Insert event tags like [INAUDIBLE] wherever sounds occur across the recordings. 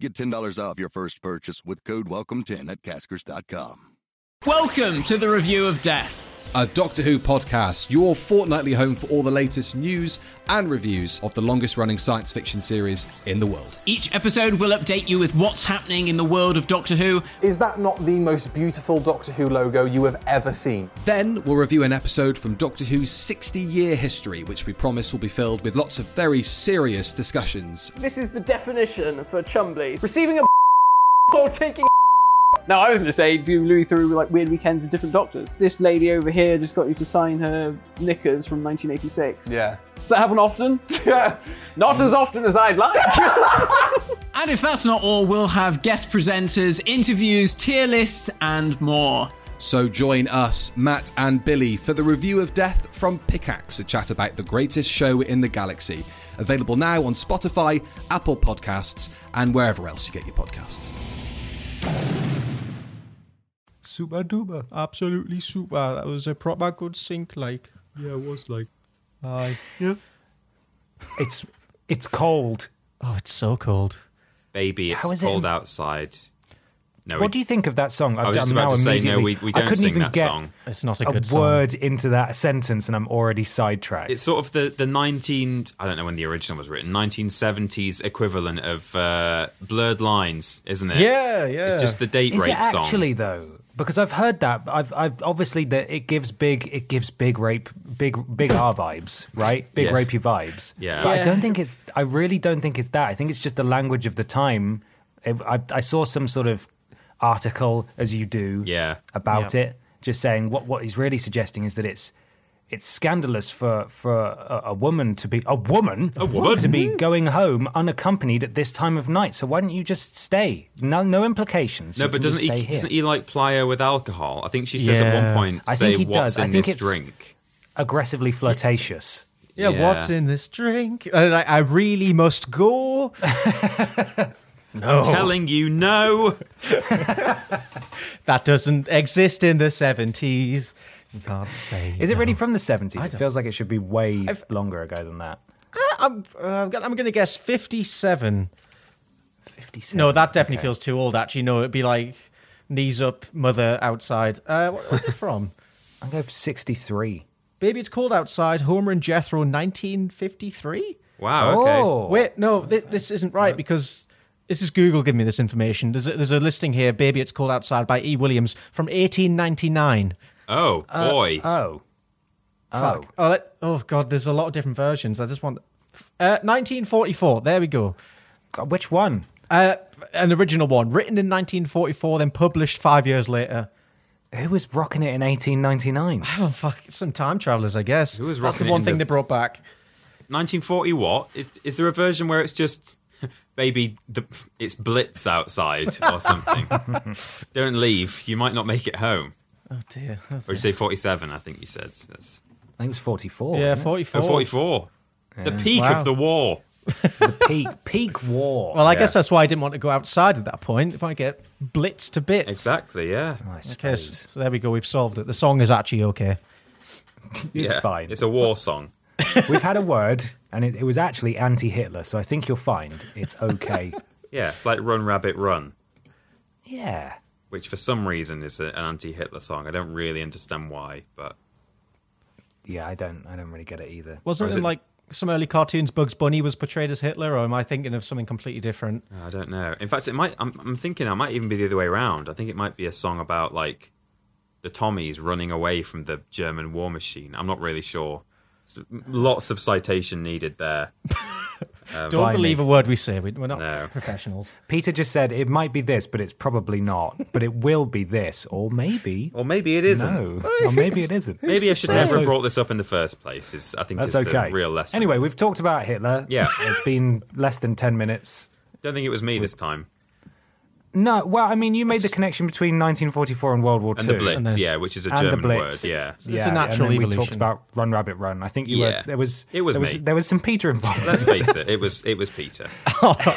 Get $10 off your first purchase with code WELCOME10 at caskers.com. Welcome to the Review of Death. a Doctor Who podcast, your fortnightly home for all the latest news and reviews of the longest running science fiction series in the world. Each episode will update you with what's happening in the world of Doctor Who. Is that not the most beautiful Doctor Who logo you have ever seen? Then we'll review an episode from Doctor Who's 60 year history, which we promise will be filled with lots of very serious discussions. This is the definition for Chumbly. Receiving a [LAUGHS] or taking a [LAUGHS] No, I was going to say do Louis through like weird weekends with different doctors. This lady over here just got you to sign her knickers from 1986. Yeah. Does that happen often? Not as often as I'd like. [LAUGHS] And if that's not all, we'll have guest presenters, interviews, tier lists, and more. So join us, Matt and Billy, for the review of Death from Pickaxe, a chat about the greatest show in the galaxy. Available now on Spotify, Apple Podcasts, and wherever else you get your podcasts. Super duper. Absolutely super. That was a proper good sync, like. Yeah, it was like. Aye. Yeah. It's it's cold. Oh, it's so cold. Baby, it's How is it- cold outside. No, what Oh, we- do you think of that song? I was just about to say, no, we, we I don't couldn't sing even that get song. It's not a, a good word into that sentence, and I'm already sidetracked. It's sort of the, the 19, I don't know when the original was written, 1970s equivalent of uh, Blurred Lines, isn't it? Yeah, yeah. It's just the date is rape it actually song. though? Because I've heard that. I've, I've obviously that it gives big it gives big rape big big R vibes, right? Big Yeah. rapey vibes. Yeah. But I Yeah. don't think it's. I really don't think it's that. I think it's just the language of the time. It, I, I saw some sort of article as you do. Yeah. about it. Just saying what what he's really suggesting is that it's it's scandalous for for a, a woman to be a woman a woman? to be going home unaccompanied at this time of night. So why don't you just stay? No no implications. No, You but can just doesn't he, stay here. doesn't he like ply her with alcohol? I think she says at one Yeah. point, I say think he what's does. in I think this it's- drink. aggressively flirtatious? Yeah, Yeah. what's in this drink? Uh, like, I really must [LAUGHS] go. Oh. Telling you no. That doesn't exist in the 70s. You can't say. Is it really from the seventies? It don't- feels like it should be way longer ago than that. I'm, uh, I'm going to guess 57. Fifty seven. No, that definitely feels too old, actually. No, it'd be like knees up, mother outside. Uh, what, what's it [LAUGHS] from? I'm going for sixty three. Baby, it's cold outside. Homer and Jethro, 1953? Wow, okay. Oh. Wait, no, thi- this isn't right because this is Google giving me this information. There's a, there's a listing here, Baby It's Cold Outside by E. Williams from 1899. Oh, boy. Oh. Fuck. Oh, let- oh, God, there's a lot of different versions. I just want. Uh, 1944, there we go. God, which one? Uh, an original one, written in 1944, then published five years later. Who was rocking it in eighteen ninety nine? I don't fuck, it's some time travelers, I guess. Who was That's rocking the it one in thing the- they brought back. 1940 what? Is, is there a version where it's just, [LAUGHS] baby, the, it's blitz outside or something? Don't leave. You might not make it home. Oh, dear. That's- Or did you say 47, I think you said. That's, I think it was forty four. Yeah, forty 44. oh, 44. The peak Wow. of the war. peak [LAUGHS] peak war. Well, I guess that's why I didn't want to go outside at that point. If I get blitzed to bits. Exactly, yeah. I Okay, suppose. so, so there we go. We've solved it. The song is actually okay. It's Yeah. fine. It's a war song. We've had a word, and it, it was actually anti-Hitler, so I think you'll find it's [LAUGHS] okay. Yeah, it's like Run Rabbit Run, yeah. which for some reason is a- an anti Hitler song. I don't really understand why, but Yeah, I don't. I don't really get it either. Wasn't is it it- like some early cartoons? Bugs Bunny was portrayed as Hitler, or am I thinking of something completely different? I don't know. In fact, it might. I'm, I'm thinking I might even be the other way around. I think it might be a song about like the Tommies running away from the German war machine. I'm not really sure. So, lots of citation needed there. Don't Blimey. believe a word we say. We, we're [LAUGHS] not No. professionals. [LAUGHS] Peter just said it might be this, but it's probably not. But it will be this, or maybe Or maybe [LAUGHS] it isn't. [LAUGHS] no, or maybe it isn't. Maybe I should never Also- have brought this up in the first place. Is I think That's is okay. the real lesson. Anyway, we've talked about Hitler. Yeah. it's been less than ten minutes. don't think it was me this time. No, well, I mean, you made the connection between 1944 and World War and II. the Blitz, yeah, which is a And the German Blitz. word, yeah. Yeah, a natural and then We evolution. talked about Run Rabbit Run. I think you Yeah. were, there was It was there was, me. there was some Peter [LAUGHS] involved. Let's face it, it was it was [LAUGHS] Peter.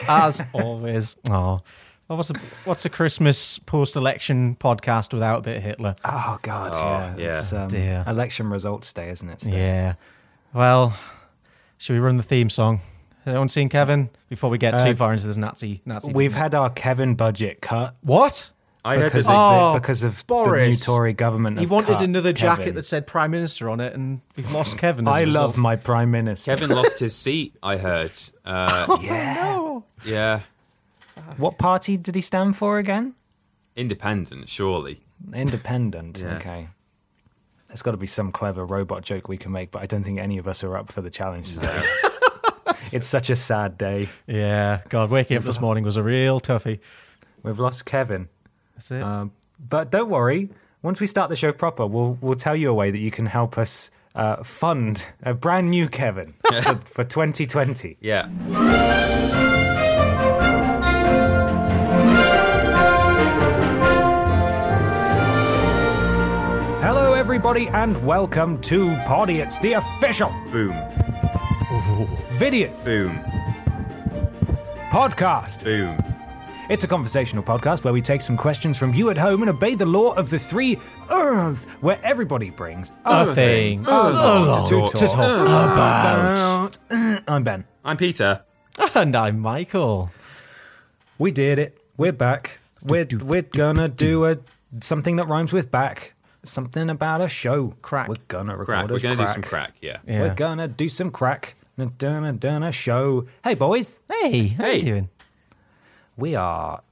As always. Oh. Well, what's a what's a Christmas post election podcast without a bit of Hitler? oh God, yeah, yeah. It's, um, Dear. election results day, isn't it? today? Yeah. Well, should we run the theme song? Has anyone seen Kevin? Before we get too far into this Nazi Nazi. Uh, We've business. had our Kevin budget cut what? I heard because that of, Oh, the, because of the new Boris. Tory government. He have wanted cut another Kevin. jacket that said Prime Minister on it, and [LAUGHS] we've lost Kevin. As a I result. love my prime minister. Kevin lost his seat, I heard. Uh, yeah. What party did he stand for again? Independent, surely. Independent. Yeah. Okay. There's got to be some clever robot joke we can make, but I don't think any of us are up for the challenge today. [LAUGHS] it's such a sad day. Yeah, God, waking [LAUGHS] up this morning was a real toughie. We've lost Kevin. That's it. Um, but don't worry. Once we start the show proper, we'll we'll tell you a way that you can help us uh, fund a brand new Kevin for, for 2020. Yeah. Hello, everybody, and welcome to Podiots, the official Boom. Vidiots Boom. podcast. Boom. It's a conversational podcast where we take some questions from you at home and obey the law of the three Rs, where everybody brings a thing. Oh, to to talk. about. I'm Ben. I'm Peter. And I'm Michael. We did it. We're back. We're we're gonna do a something that rhymes with back. Something about a show. Crack. We're gonna record Crack. a We're going to do some crack, yeah. Yeah. We're gonna do some crack. Dun-dun-dun-dun, A show. Hey boys, Hey, how Hey. you doing? we are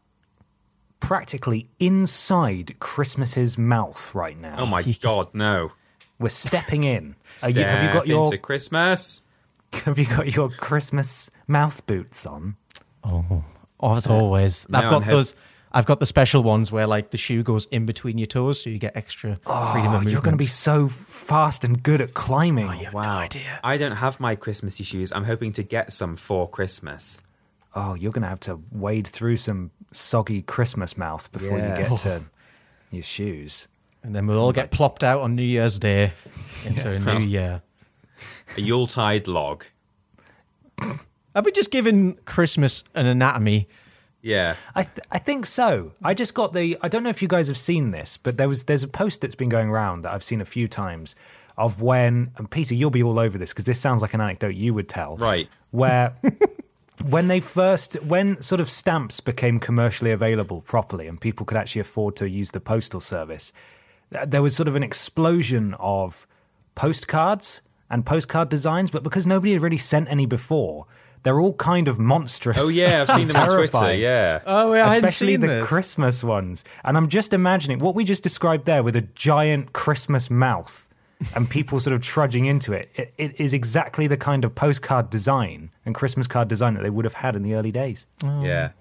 practically inside Christmas's mouth right now. Oh my god, no. We're stepping in. Are you, have you got Step your into Christmas? [LAUGHS] Have you got your Christmas mouth boots on? Oh, as always, I've I'm got head- those. I've got the special ones where like the shoe goes in between your toes, so you get extra freedom of Oh, movement. you're going to be so fast and good at climbing. Wow. I don't have my Christmassy shoes. I'm hoping to get some for Christmas. Oh, you're going to have to wade through some soggy Christmas mouth before Yeah. you get [LAUGHS] to your shoes. and then we'll all get plopped out on New Year's Day into a new year. A Yuletide log. Have we just given Christmas an anatomy? Yeah. I th- I think so. I just got the. I don't know if you guys have seen this, but there was there's a post that's been going around that I've seen a few times of when and Peter, you'll be all over this because this sounds like an anecdote you would tell, Right. [LAUGHS] Where when they first when sort of stamps became commercially available properly and people could actually afford to use the postal service, th- there was sort of an explosion of postcards and postcard designs, but because nobody had really sent any before. They're all kind of monstrous. Oh yeah, [LAUGHS] I've seen them on Twitter. Terrifying Yeah. Oh, yeah, I hadn't especially seen the this. Christmas ones. And I'm just imagining what we just described there with a giant Christmas mouth and people sort of trudging into it. it. It is exactly the kind of postcard design and Christmas card design that they would have had in the early days. yeah.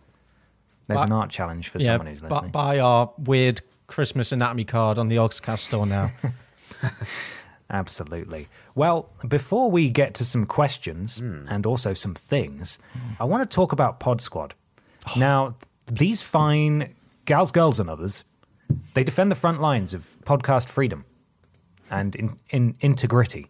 There's an art challenge for someone who's bu- listening. buy our weird Christmas anatomy card on the Oxcast store [LAUGHS] now. Absolutely. Well, before we get to some questions and also some things, Hmm. I want to talk about Pod Squad. Now, these fine gals, girls, and others, they defend the front lines of podcast freedom and in, in integrity.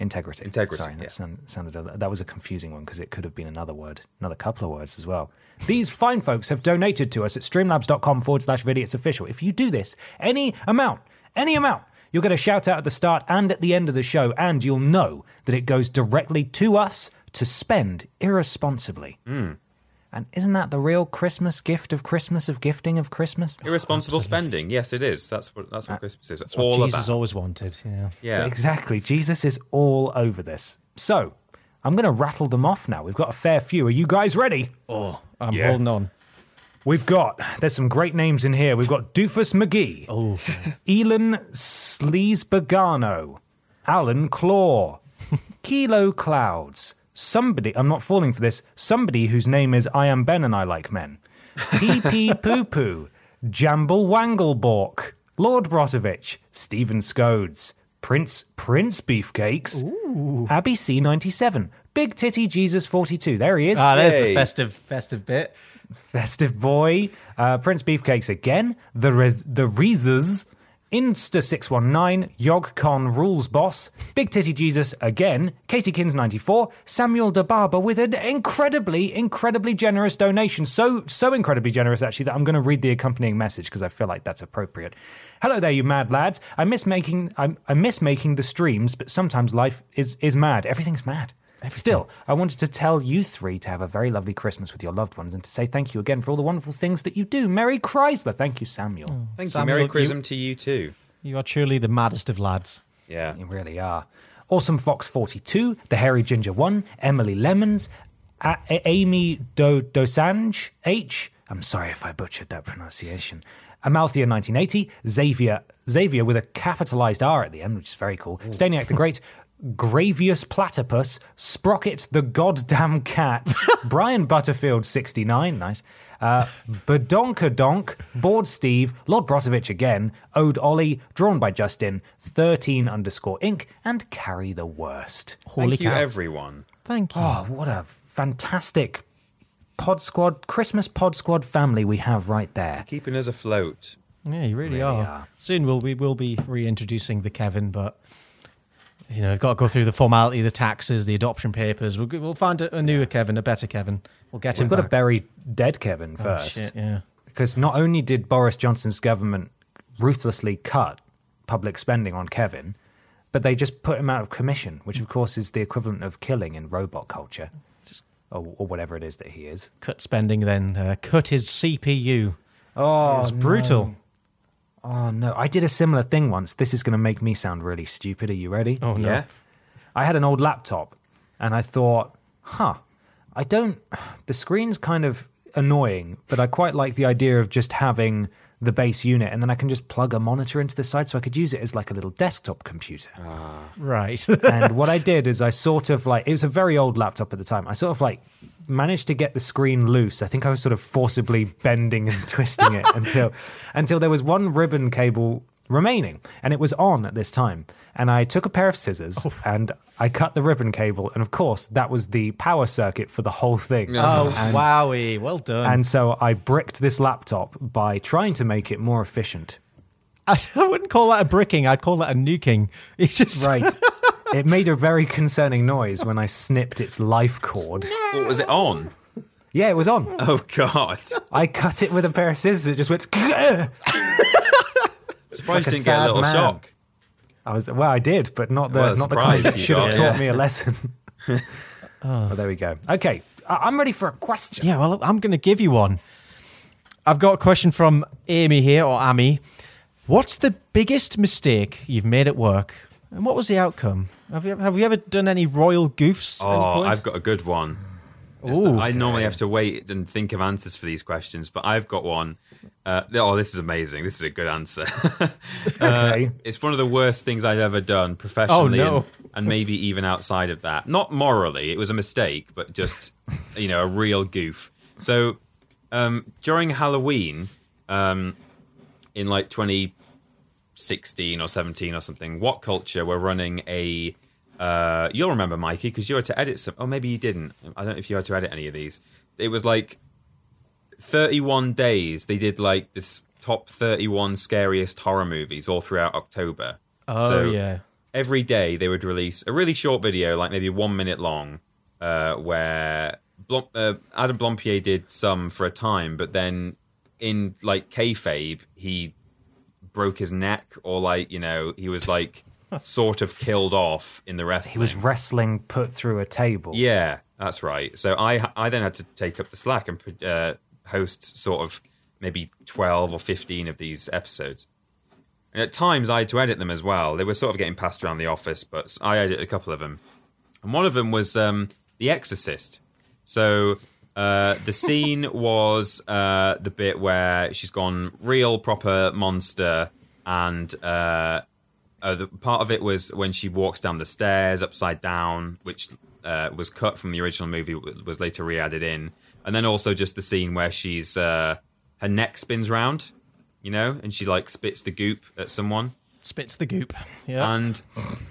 Integrity. Integrity, Sorry, that yeah. sound, sounded a- that was a confusing one because it could have been another word, another couple of words as well. These fine folks have donated to us at streamlabs.com forward slash vidiots official. If you do this, any amount, any amount, you'll get a shout out at the start and at the end of the show, and you'll know that it goes directly to us to spend irresponsibly. Hmm. And isn't that the real Christmas gift of Christmas of gifting of Christmas? Irresponsible spending. Yes, it is. That's what that's what Christmas is. What all Jesus about. always wanted. Yeah. yeah. Exactly. Jesus is all over this. So I'm going to rattle them off now. We've got a fair few. Are you guys ready? I'm holding on. We've got, there's some great names in here. We've got Doofus McGee, oh. Elon Sleesbergano, Alan Claw, Kilo Clouds, somebody, I'm not falling for this, somebody whose name is I Am Ben and I Like Men, DP Poo Poo, Jamble Wanglebork, Lord Brotovich, Stephen Scodes, Prince Prince Beefcakes, Abby C97, Big Titty Jesus 42. There he is. Ah, there's the Yay. festive festive bit. Festive Boy, uh, Prince Beefcakes again, The Rez- the Reezers, Insta619, YogCon Rules Boss, Big Titty Jesus again, Katie Kins94, Samuel DeBarber with an incredibly, incredibly generous donation. So, so incredibly generous, actually, that I'm going to read the accompanying message because I feel like that's appropriate. Hello there, you mad lads. I miss making, I, I miss making the streams, but sometimes life is, is mad. Everything's mad. Still, I wanted to tell you three to have a very lovely Christmas with your loved ones and to say thank you again for all the wonderful things that you do. Merry Chrysler. Thank you, Samuel. Thank Samuel, you. Merry you- Chrism to you too. You are truly the maddest of lads. Yeah. You really are. Awesome Fox 42, The Hairy Ginger 1, Emily Lemons, a- A- Amy Do- Dosange H. I'm sorry if I butchered that pronunciation. Amalthea 1980, Xavier Xavier with a capitalized R at the end, which is very cool. Staniak the Great, Gravius Platypus, Sprocket the Goddamn [LAUGHS] Cat, Brian Butterfield 69, nice. Uh, Badonkadonk, Bored Steve, Lord Brosovich again, Ode Ollie, drawn by Justin, 13 underscore Inc, and Carry the Worst. Holy Thank you, cow. everyone. Thank you. Oh, what a fantastic pod squad, Christmas pod squad family we have right there. Keeping us afloat. yeah, you really, are. Soon we'll we will be reintroducing the Kevin, but you know, we've got to go through the formality, the taxes, the adoption papers. We'll, we'll find a, a newer Kevin, a better Kevin. We'll get him We've got to back. bury dead Kevin Oh, first. shit, yeah. because not only did Boris Johnson's government ruthlessly cut public spending on Kevin, but they just put him out of commission, which of course is the equivalent of killing in robot culture, or, or whatever it is that he is. Cut spending, then uh, cut his CPU. Oh, it's brutal. Oh no, I did a similar thing once. This is going to make me sound really stupid. Are you ready? Oh no. Yeah. I had an old laptop and I thought, huh, I don't, the screen's kind of annoying, but I quite like the idea of just having the base unit and then I can just plug a monitor into the side so I could use it as like a little desktop computer. Right. and what I did is I sort of like, it was a very old laptop at the time. I sort of like managed to get the screen loose. I think I was sort of forcibly bending and twisting it until, until there was one ribbon cable remaining and it was on at this time. And I took a pair of scissors and I cut the ribbon cable. And of course, that was the power circuit for the whole thing. oh wowie, well done. And so I bricked this laptop by trying to make it more efficient. I, [LAUGHS] I wouldn't call that a bricking. I'd call that a nuking. [LAUGHS] It's just Right. it made a very concerning noise when I snipped its life cord. What was it on? Yeah, it was on. Oh God! I cut it with a pair of scissors. It just went. Surprised Like a you didn't get a sad little man. shock. I was well. I did, but not the Well, not the kind surprise that you should have got, taught yeah. me a lesson. [LAUGHS] Well, there we go. Okay, I- I'm ready for a question. Yeah, well, I'm going to give you one. I've got a question from Amy here, or Amy. What's the biggest mistake you've made at work, and what was the outcome? Have you have you ever done any royal goofs? at any Oh, point? I've got a good one. It's the- I normally have to wait and think of answers for these questions, but I've got one. Uh, oh, this is amazing. This is a good answer. [LAUGHS] Okay. it's one of the worst things I've ever done professionally Oh, no. and, and maybe even outside of that. Not morally, it was a mistake, but just, [LAUGHS] you know, a real goof. So um, during Halloween um, in like 2016 or 17 or something, What Culture were running a. Uh, you'll remember, Mikey, because you had to edit some. Oh, maybe you didn't. I don't know if you had to edit any of these. It was like 31 days they did like this top 31 scariest horror movies all throughout october Oh, yeah. every day they would release a really short video like maybe one minute long uh, where Blom- uh, adam blompier did some for a time but then in like kayfabe he broke his neck or like you know he was like sort of killed off in the rest He was wrestling put through a table. yeah, that's right. So I I then had to take up the slack and uh, host sort of maybe twelve or fifteen of these episodes. And at times I had to edit them as well. They were sort of getting passed around the office, but I edited a couple of them. And one of them was um, The Exorcist. So uh, the scene was uh, the bit where she's gone real proper monster, and uh, uh, the part of it was when she walks down the stairs upside down, which uh, was cut from the original movie, w- was later re-added in, and then also just the scene where she's uh, her neck spins round, you know, and she like spits the goop at someone. Spits the goop. Yeah. And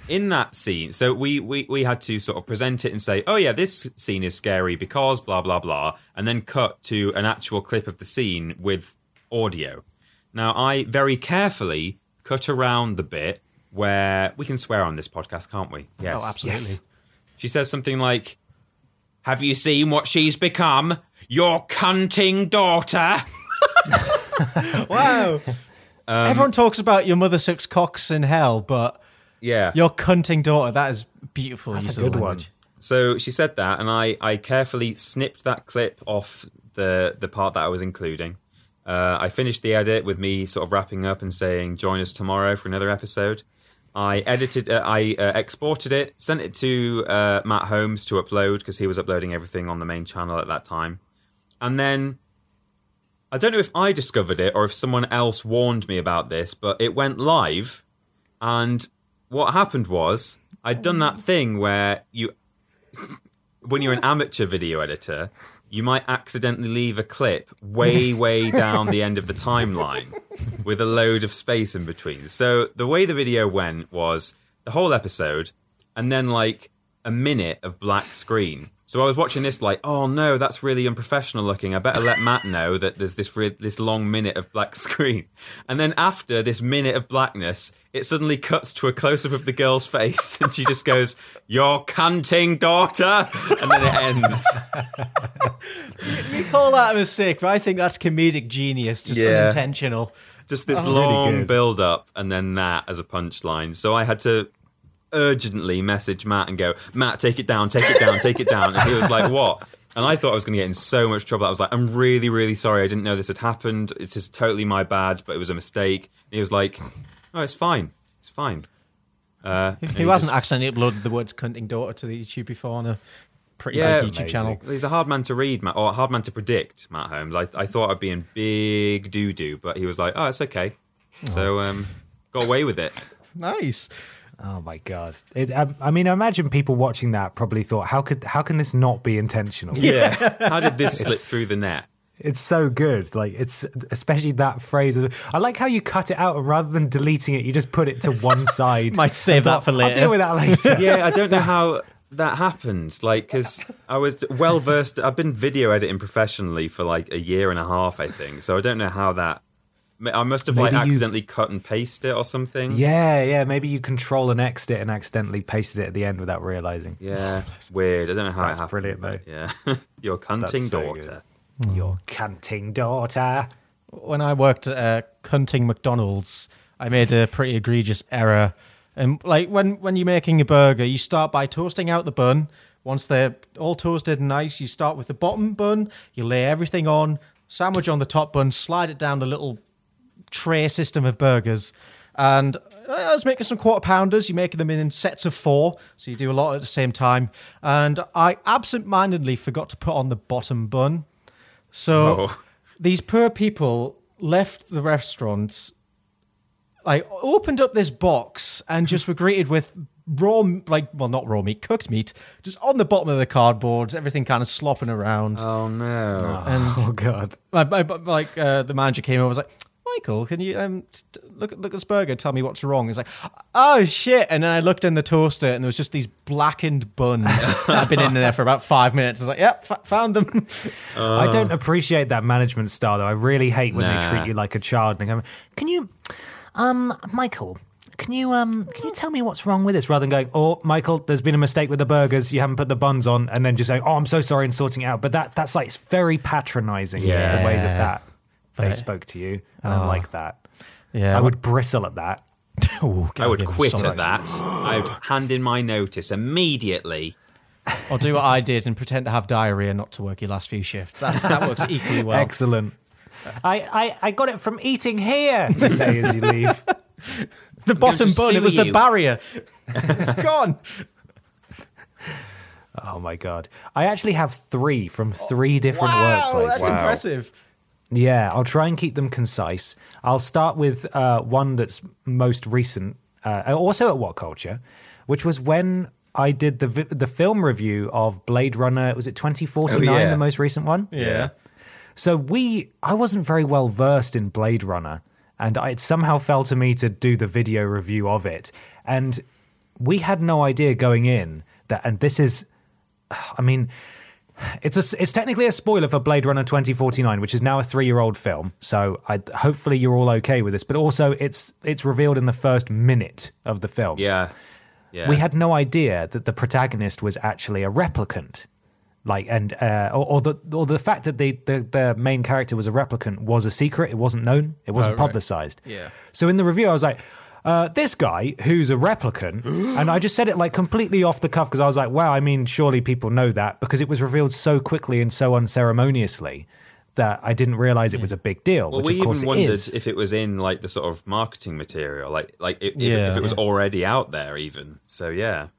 in that scene, so we, we we had to sort of present it and say, oh yeah, this scene is scary because blah blah blah, and then cut to an actual clip of the scene with audio. Now I very carefully cut around the bit where we can swear on this podcast, can't we? Yes, Oh, absolutely. yes. She says something like, "Have you seen what she's become? Your cunting daughter." [LAUGHS] wow. um, Everyone talks about your mother sucks cocks in hell, but Yeah, [LAUGHS] your cunting daughter, that is beautiful. That's use a of good one. language. So she said that, and I, I carefully snipped that clip off the the part that I was including. Uh, I finished the edit with me sort of wrapping up and saying, "Join us tomorrow for another episode." I edited, uh, I uh, exported it, sent it to uh, Matt Holmes to upload because he was uploading everything on the main channel at that time, and then. I don't know if I discovered it or if someone else warned me about this, but it went live. And what happened was, I'd done that thing where you when you're an amateur video editor, you might accidentally leave a clip way, way down the end of the timeline with a load of space in between. So the way the video went was the whole episode and then like a minute of black screen. So I was watching this like, oh no, that's really unprofessional looking. I better let Matt know that there's this re- this long minute of black [LAUGHS] screen. And then after this minute of blackness, it suddenly cuts to a close up of the girl's face, and she just goes, "Your cunting daughter," and then it ends. You call that a mistake, but I think that's comedic genius, just Yeah. unintentional. Just this long Oh, good. build up, and then that as a punchline. So I had to urgently message Matt and go, "Matt, take it down, take it down, take it down." And he was like, "What?" And I thought I was going to get in so much trouble. I was like, "I'm really, really sorry. I didn't know this had happened. It's just totally my bad, but it was a mistake." And he was like, "Oh, it's fine. It's fine." Uh, and Who he hasn't just- accidentally uploaded the words cunting daughter to the YouTube before on a pretty Yeah, nice YouTube amazing. channel? He's a hard man to read, Matt, or a hard man to predict, Matt Holmes. I, I thought I'd be in big doo doo, but he was like, "Oh, it's okay." So um, got away with it. Nice. Oh my god! It, I, I mean, I imagine people watching that probably thought, "How could how can this not be intentional?" Yeah. How did this slip through the net? It's so good. Like it's especially that phrase. I like how you cut it out and rather than deleting it, you just put it to [LAUGHS] one side. Might save that for I'll later. deal with that later. Yeah, I don't know how that happened. Like, because I was well versed. I've been video editing professionally for like a year and a half, I think. So I don't know how that. I must have like Maybe you- accidentally cut and pasted it or something. Yeah, yeah. Maybe you control and X'd it and accidentally pasted it at the end without realizing. Yeah. Weird. I don't know how That's it happened. brilliant, though. Yeah. [LAUGHS] Your cunting so daughter. good. Your canting daughter. when I worked at uh, Cunting McDonald's, I made a pretty egregious error. And like when when you're making a burger, you start by toasting out the bun. Once they're all toasted and nice, you start with the bottom bun. You lay everything on, sandwich on the top bun, slide it down the little tray system of burgers. And uh, I was making some quarter pounders. You're making them in sets of four, so you do a lot at the same time. And I absent-mindedly forgot to put on the bottom bun. So Oh. these poor people left the restaurant. I opened up this box and just were greeted with raw, like, well, not raw meat, cooked meat, just on the bottom of the cardboards, everything kind of slopping around. Oh no. [LAUGHS] oh god. My, my, my- like uh, the manager came over, was like, "Michael, can you um, t- t- look at look at this burger? Tell me what's wrong." He's like, "Oh shit!" And then I looked in the toaster, and there was just these blackened buns that had been in there for about five minutes. I was like, "Yep, f- found them." [LAUGHS] Oh. I don't appreciate that management style though. I really hate when they Nah. treat you like a child. And they go, can you, um, Michael? Can you um can you tell me what's wrong with this rather than going oh Michael there's been a mistake with the burgers you haven't put the buns on and then just saying oh I'm so sorry and sorting it out but that that's like it's very patronising the way that that they spoke to you I don't like that Oh. yeah, I would bristle at that Ooh, I would goddamn quit sorry. at that. I would hand in my notice immediately. Or do what I did and pretend to have diarrhea, not to work your last few shifts. That's, that works equally well. excellent I, I I got it from eating here you say as you leave The bottom just bun, sue it was the you. barrier. [LAUGHS] it's [LAUGHS] gone. Oh my god! I actually have three from three different Oh, Wow, workplaces. that's impressive. Yeah, I'll try and keep them concise. I'll start with uh, one that's most recent, uh, also at What Culture, which was when I did the vi- the film review of Blade Runner. Was it twenty forty nine? Oh, yeah. The most recent one. Yeah. So we, I wasn't very well versed in Blade Runner, and I, it somehow fell to me to do the video review of it. And we had no idea going in that, and this is, I mean, it's a, it's technically a spoiler for Blade Runner 2049, which is now a three-year-old film. So I, hopefully you're all okay with this. But also, it's it's revealed in the first minute of the film. Yeah. Yeah. We had no idea that the protagonist was actually a replicant. Like and uh, or, or the or the fact that the, the the main character was a replicant was a secret. It wasn't known. It Oh, wasn't publicized. Yeah. So in the review, I was like, uh, this guy who's a [GASPS] replicant, and I just said it like completely off the cuff because I was like, wow. I mean, surely people know that because it was revealed so quickly and so unceremoniously that I didn't realize it was a big deal. Well, which we of course even it wondered is. if it was in like the sort of marketing material, like like if, if- Yeah. if it was already out there, even. So yeah,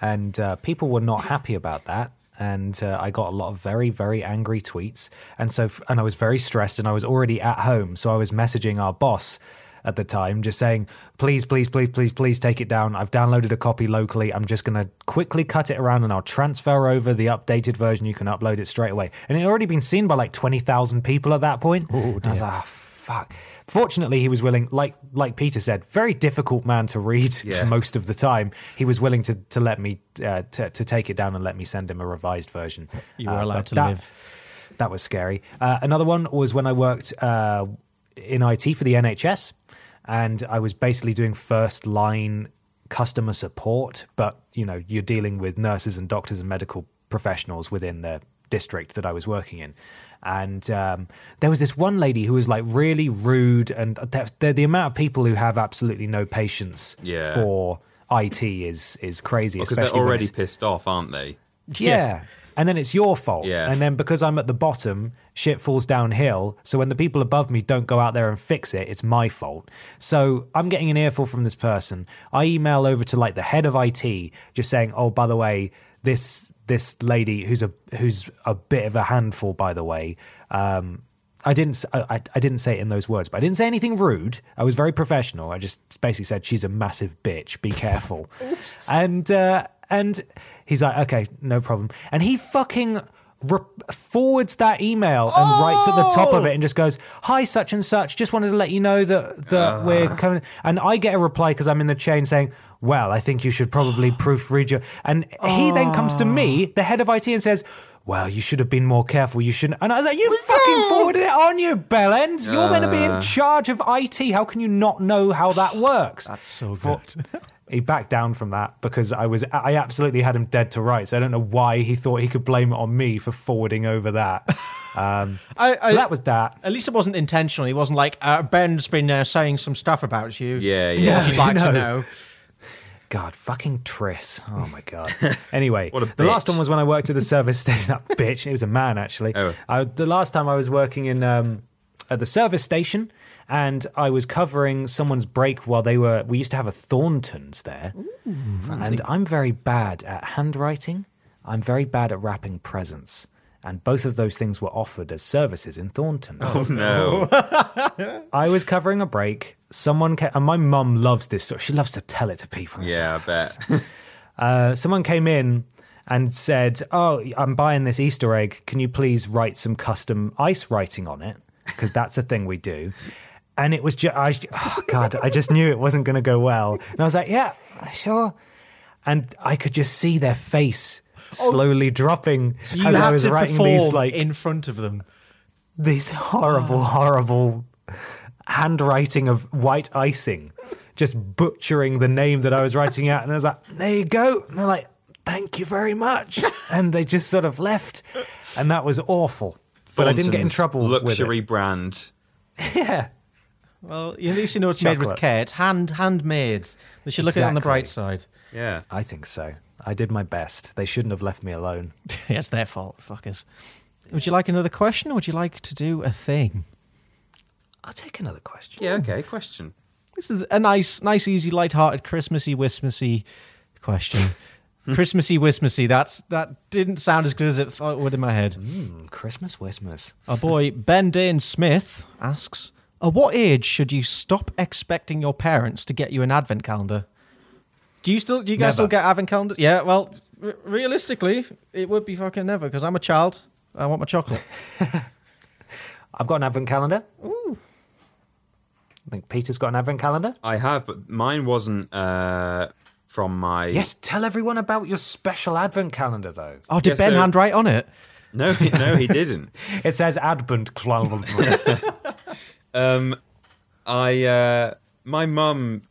and uh, people were not happy about that. And uh, I got a lot of very, very angry tweets, and so and I was very stressed, and I was already at home, so I was messaging our boss at the time, just saying, "Please, please, please, please, please take it down. I've downloaded a copy locally. I'm just going to quickly cut it around, and I'll transfer over the updated version. You can upload it straight away." And it had already been seen by like twenty thousand people at that point. And I was like, "Ah, "Fuck." Fortunately, he was willing, like like Peter said, very difficult man to read [LAUGHS] Yeah. most of the time. He was willing to to let me uh, to to take it down and let me send him a revised version. You were Uh, allowed but to that- live. That was scary. Uh, another one was when I worked uh, in IT for the NHS, and I was basically doing first line customer support. But you know, you're dealing with nurses and doctors and medical professionals within the district that I was working in. And um, there was this one lady who was like really rude, and there, there- the amount of people who have absolutely no patience Yeah. for IT is is crazy. because especially they're when already it's- pissed off, aren't they? yeah. And then it's your fault. Yeah. And then because I'm at the bottom, shit falls downhill. So when the people above me don't go out there and fix it, it's my fault. So I'm getting an earful from this person. I email over to like the head of IT just saying, "Oh, by the way, this this lady who's a who's a bit of a handful by the way, um I didn't. s- I, I- I didn't say it in those words, but I didn't say anything rude. I was very professional. I just basically said she's a massive bitch. Be careful. and uh, and he's like, okay, no problem. And he fucking re- forwards that email and writes at the top of it and just goes, "Hi, such and such. Just wanted to let you know that that we're coming." And I get a reply because I'm in the chain saying. Well, I think you should probably proofread your. And he then comes to me, the head of IT, and says, well, you should have been more careful. You shouldn't. And I was like, you fucking forwarded it on, you bellend. You're meant to be in charge of IT. How can you not know how [SIGHS] that works? That's so good. [LAUGHS] he backed down from that because I was I absolutely had him dead to rights. I don't know why he thought he could blame it on me for forwarding over that. Um, I, I, so that was that. At least it wasn't intentional. He wasn't like uh, Ben's been uh, saying some stuff about [LAUGHS] you. Yeah, What yeah. would you like No. to know? God, fucking Triss. Oh my [LAUGHS] god. Anyway, What a the last bitch. one was when I worked at the service [LAUGHS] station. That bitch. It was a man actually. Oh. I, the last time I was working in um, at the service station, and I was covering someone's break while they were. We used to have a Thornton's there, and I'm very bad at handwriting. I'm very bad at wrapping presents, and both of those things were offered as services in Thornton's. Oh. No, I was covering a break. Someone came, and my mum loves this. sort- She loves to tell it to people. It's yeah, I bet. uh, someone came in and said, "Oh, I'm buying this Easter egg. Can you please write some custom ice writing on it? Because that's a thing we do." And it was just, I, oh God, I just knew it wasn't going to go well. And I was like, "Yeah, sure." And I could just see their face slowly dropping Oh. So you as I had was to writing perform these like in front of them. these [LAUGHS] horrible, horrible handwriting of white icing, just butchering the name that I was writing out. And I was like, there you go. And they're like, thank you very [LAUGHS] much. And they just sort of left. And that was awful. [LAUGHS] But I didn't get in Thornton's trouble Luxury with brand. it. Yeah. Well, at least you know it's made with Chocolate. care. It's hand handmade. They should look at it on the Exactly. bright side. [LAUGHS] Yeah, I think so. I did my best. They shouldn't have left me alone. yeah, it's their fault, fuckers. Would you like another question or would you like to do a thing? I'll take another question. yeah. Okay, question. This is a nice, nice, easy, light-hearted, Christmassy, Whismasy [LAUGHS] question. Christmassy, Whismasy. That's that didn't sound as good as it thought it would in my head. Mm, Christmas, Christmas. Our boy Ben Dane Smith asks, "At what age should you stop expecting your parents to get you an advent calendar? Do you still? Do you guys Never. still get advent calendars? Yeah. Well, r- realistically, it would be fucking never because I'm a child. [LAUGHS] I want my chocolate. I've got an advent calendar. think Peter's got an advent calendar. I have, but mine wasn't uh, from my. Yes, tell everyone about your special advent calendar, though. Oh, did Yes, Ben so- handwrite on it? No, he- [LAUGHS] no, he didn't. It says advent calendar. I uh, my mum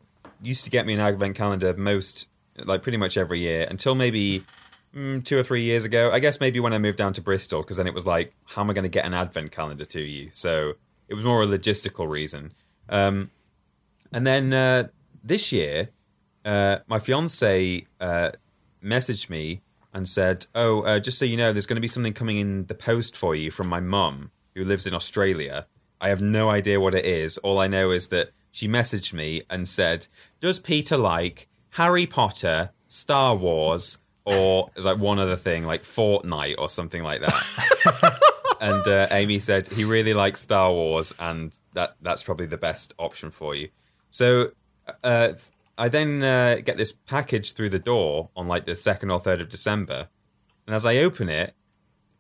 used to get me an advent calendar most like pretty much every year until maybe mm, two or three years ago. I guess maybe when I moved down to Bristol because then it was like, how am I going to get an advent calendar to you? So it was more a logistical reason. Um, and then uh, this year, uh, my fiance uh, messaged me and said, "Oh, uh, just so you know, there's going to be something coming in the post for you from my mum who lives in Australia. I have no idea what it is. All I know is that she messaged me and said, "Does Peter like Harry Potter, Star Wars, or there's like one other thing, like Fortnite or something like that?" and uh, Amy said he really likes Star Wars, and that that's probably the best option for you. So uh, I then uh, get this package through the door on like the second or third of December, and as I open it,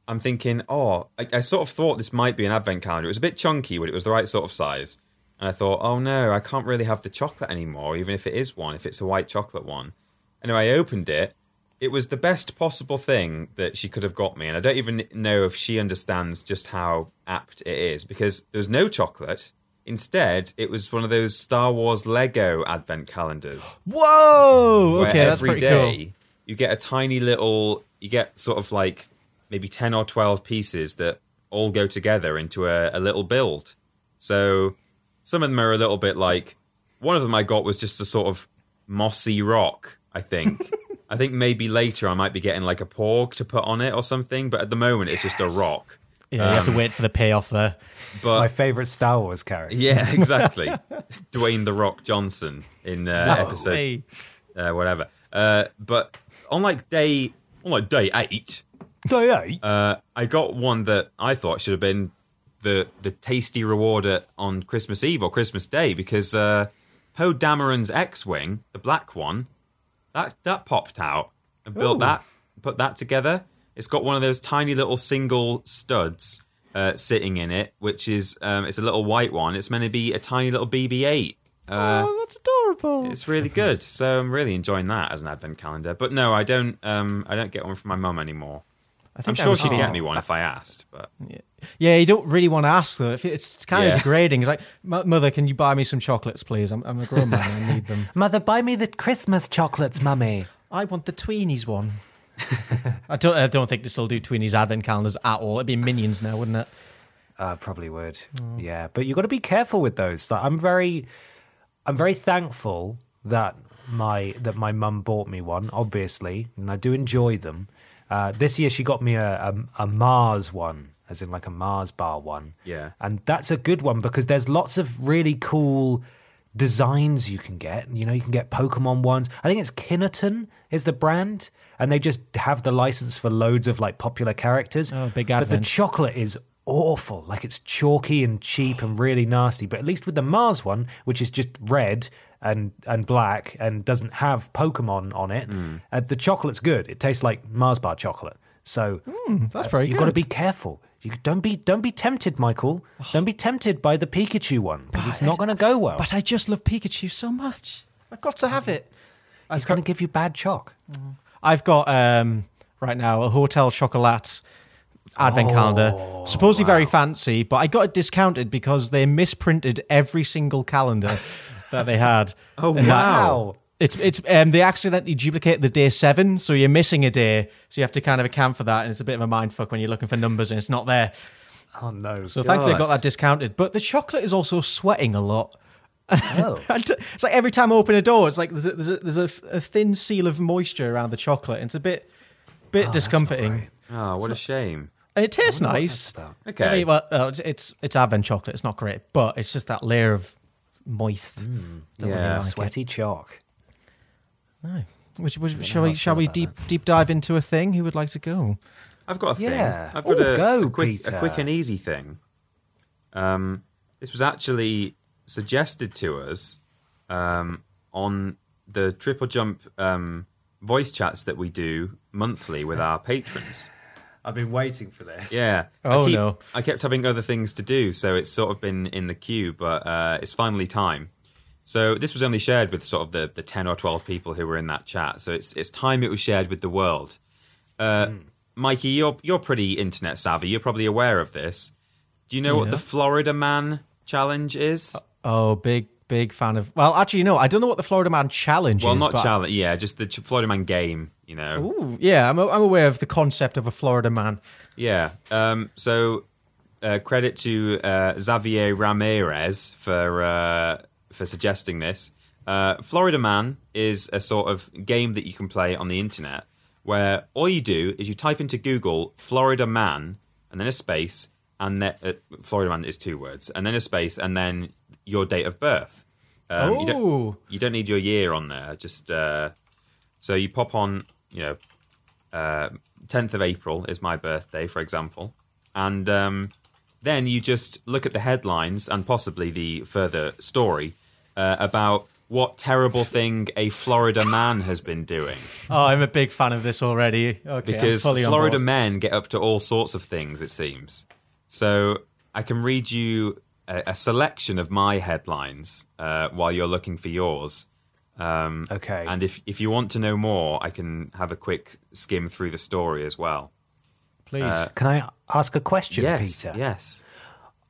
I'm thinking, oh, I, I sort of thought this might be an advent calendar. It was a bit chunky, but it was the right sort of size. And I thought, oh no, I can't really have the chocolate anymore, even if it is one, if it's a white chocolate one. Anyway, I opened it. It was the best possible thing that she could have got me. And I don't even know if she understands just how apt it is because there was no chocolate. Instead, it was one of those Star Wars Lego advent calendars Whoa! where Okay, that's every pretty day cool. you get a tiny little you get sort of like maybe 10 or 12 pieces that all go together into a, a little build so some of them are a little bit like one of them i got was just a sort of mossy rock [LAUGHS] i think i think maybe later i might be getting like a porg to put on it or something but at the moment it's just a rock Yeah, you have um, to wait for the payoff there. but [LAUGHS] My favourite Star Wars character. [LAUGHS] yeah [LAUGHS] exactly dwayne the rock johnson in uh, episode Hey, uh, whatever. Uh, but on like day on like day eight, Day eight. uh, I got one that I thought should have been the the tasty reward at, on Christmas Eve or Christmas Day because uh, Poe Dameron's X-wing, the black one, that that popped out and built that, put that together. It's got one of those tiny little single studs uh, sitting in it, which is um, it's a little white one. It's meant to be a tiny little BB-8. Uh, oh, that's adorable. [LAUGHS] it's really good. So I'm really enjoying that as an advent calendar. But no, I don't. Um, I don't get one from my mum anymore. I think I'm that sure was she'd the- get me one if I asked. But Yeah, you don't really want to ask though. If It's kind Yeah. of degrading. It's like, "Mo- mother, can you buy me some chocolates, please? I'm, I'm a grown man. I need them. Mother, buy me the Christmas chocolates, mummy. [LAUGHS] I want the Tweenies one. [LAUGHS] I don't. I don't think they still do Tweenies advent calendars at all. It'd be Minions now, wouldn't it? Uh, probably would. Yeah, but you got to be careful with those. Like, I'm very, I'm very thankful that my that my mum bought me one, obviously, and I do enjoy them. Uh, this year she got me a, a a Mars one, as in like a Mars bar one. Yeah. and that's a good one because there's lots of really cool designs you can get. You know, you can get Pokemon ones. I think it's Kinnerton is the brand, and they just have the license for loads of like popular characters. Oh, big But the advent. chocolate is awful. Like it's chalky and cheap and really nasty. But at least with the Mars one, which is just red and and black and doesn't have Pokemon on it, uh, the chocolate's good. It tastes like Mars bar chocolate. So That's pretty. you've Hmm, good. got to be careful. You don't be don't be tempted, Michael. Don't be tempted by the Pikachu one because it's not going to go well. But I just love Pikachu so much. I've got to have it. It's going to give you bad chalk. I've got um, right now a hotel chocolat advent calendar, supposedly very fancy, but I got it discounted because they misprinted every single calendar that they had. oh And that- Wow. It's it's um, they accidentally duplicate the day seven, so you're missing a day, so you have to kind of account for that, and it's a bit of a mind fuck when you're looking for numbers and it's not there. Oh no! So thankfully I got that discounted. But the chocolate is also sweating a lot. [LAUGHS] Oh. [LAUGHS] And It's like every time I open a door, it's like there's a, there's a, there's a, f- a thin seal of moisture around the chocolate. And it's a bit bit discomforting. oh, what a shame. And it tastes nice. Okay. I mean, well, uh, it's- it's it's advent chocolate. It's not great, but it's just that layer of moist. yeah. Sweaty chalk. Which, which shall we shall we deep deep dive into a thing? Who would like to go? I've got a thing. Yeah. I've got Oh, a, go, a quick, Peter. a quick and easy thing. Um, this was actually suggested to us um, on the triple jump um, voice chats that we do monthly with our patrons. I've been waiting for this. Yeah. Oh, I keep, no. I kept having other things to do, so it's sort of been in the queue, but uh, it's finally time. So this was only shared with sort of the, the ten or twelve people who were in that chat. So it's it's time it was shared with the world. Uh, Mikey, you're you're pretty internet savvy. You're probably aware of this. Do you know what the Florida Man challenge is? Oh, big, big fan of. Well, actually, no, I don't know what the Florida Man challenge well, is. not but- challenge. Yeah, just the Ch- Florida Man game. You know. Ooh, yeah, I'm, I'm aware of the concept of a Florida Man. Yeah. Um, so uh, credit to uh, Xavier Ramirez for uh, for suggesting this. Uh, Florida Man is a sort of game that you can play on the internet where all you do is you type into Google Florida Man and then a space and then uh, Florida Man is two words and then a space and then your date of birth. Um, you, Ooh. don't, you don't need your year on there. Just uh, so you pop on, you know, tenth of April is my birthday, for example, and um, then you just look at the headlines and possibly the further story uh, about what terrible thing a Florida man has been doing, Oh, I'm a big fan of this already. Okay, because I'm fully on Florida board. men get up to all sorts of things, it seems. So I can read you a, a selection of my headlines uh, while you're looking for yours. Okay. And if, if you want to know more, I can have a quick skim through the story as well. please. Can I ask a question, yes, Peter? yes.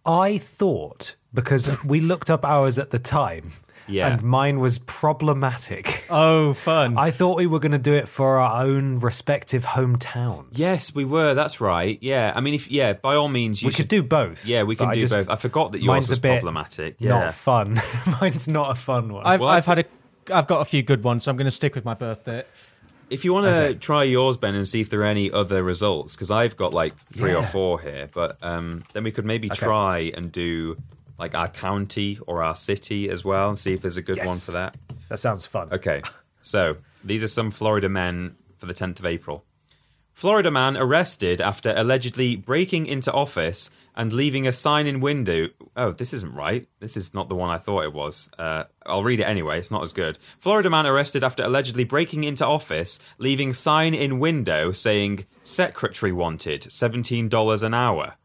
I thought because we looked up ours at the time, Yeah. and mine was problematic. oh, fun. I thought we were going to do it for our own respective hometowns. Yes, we were. That's right. Yeah, I mean, if yeah, by all means, you we should, could do both. Yeah, we can but do just- both. I forgot that yours mine's was a bit problematic. Yeah. Not fun. [LAUGHS] mine's not a fun one. I've, well, I I've had a, I've got a few good ones, so I'm going to stick with my birthday. If you want to try yours, Ben, and see if there are any other results, because I've got like three or four here. But um, then we could maybe try and do like our county or our city as well, and see if there's a good one Yes. for that. that sounds fun. Okay, so these are some Florida men for the 10th of April. Florida man arrested after allegedly breaking into office and leaving a sign in window. Oh, this isn't right. This is not the one I thought it was. Uh, I'll read it anyway. It's not as good. Florida man arrested after allegedly breaking into office, leaving sign in window saying "secretary wanted, seventeen dollars an hour,"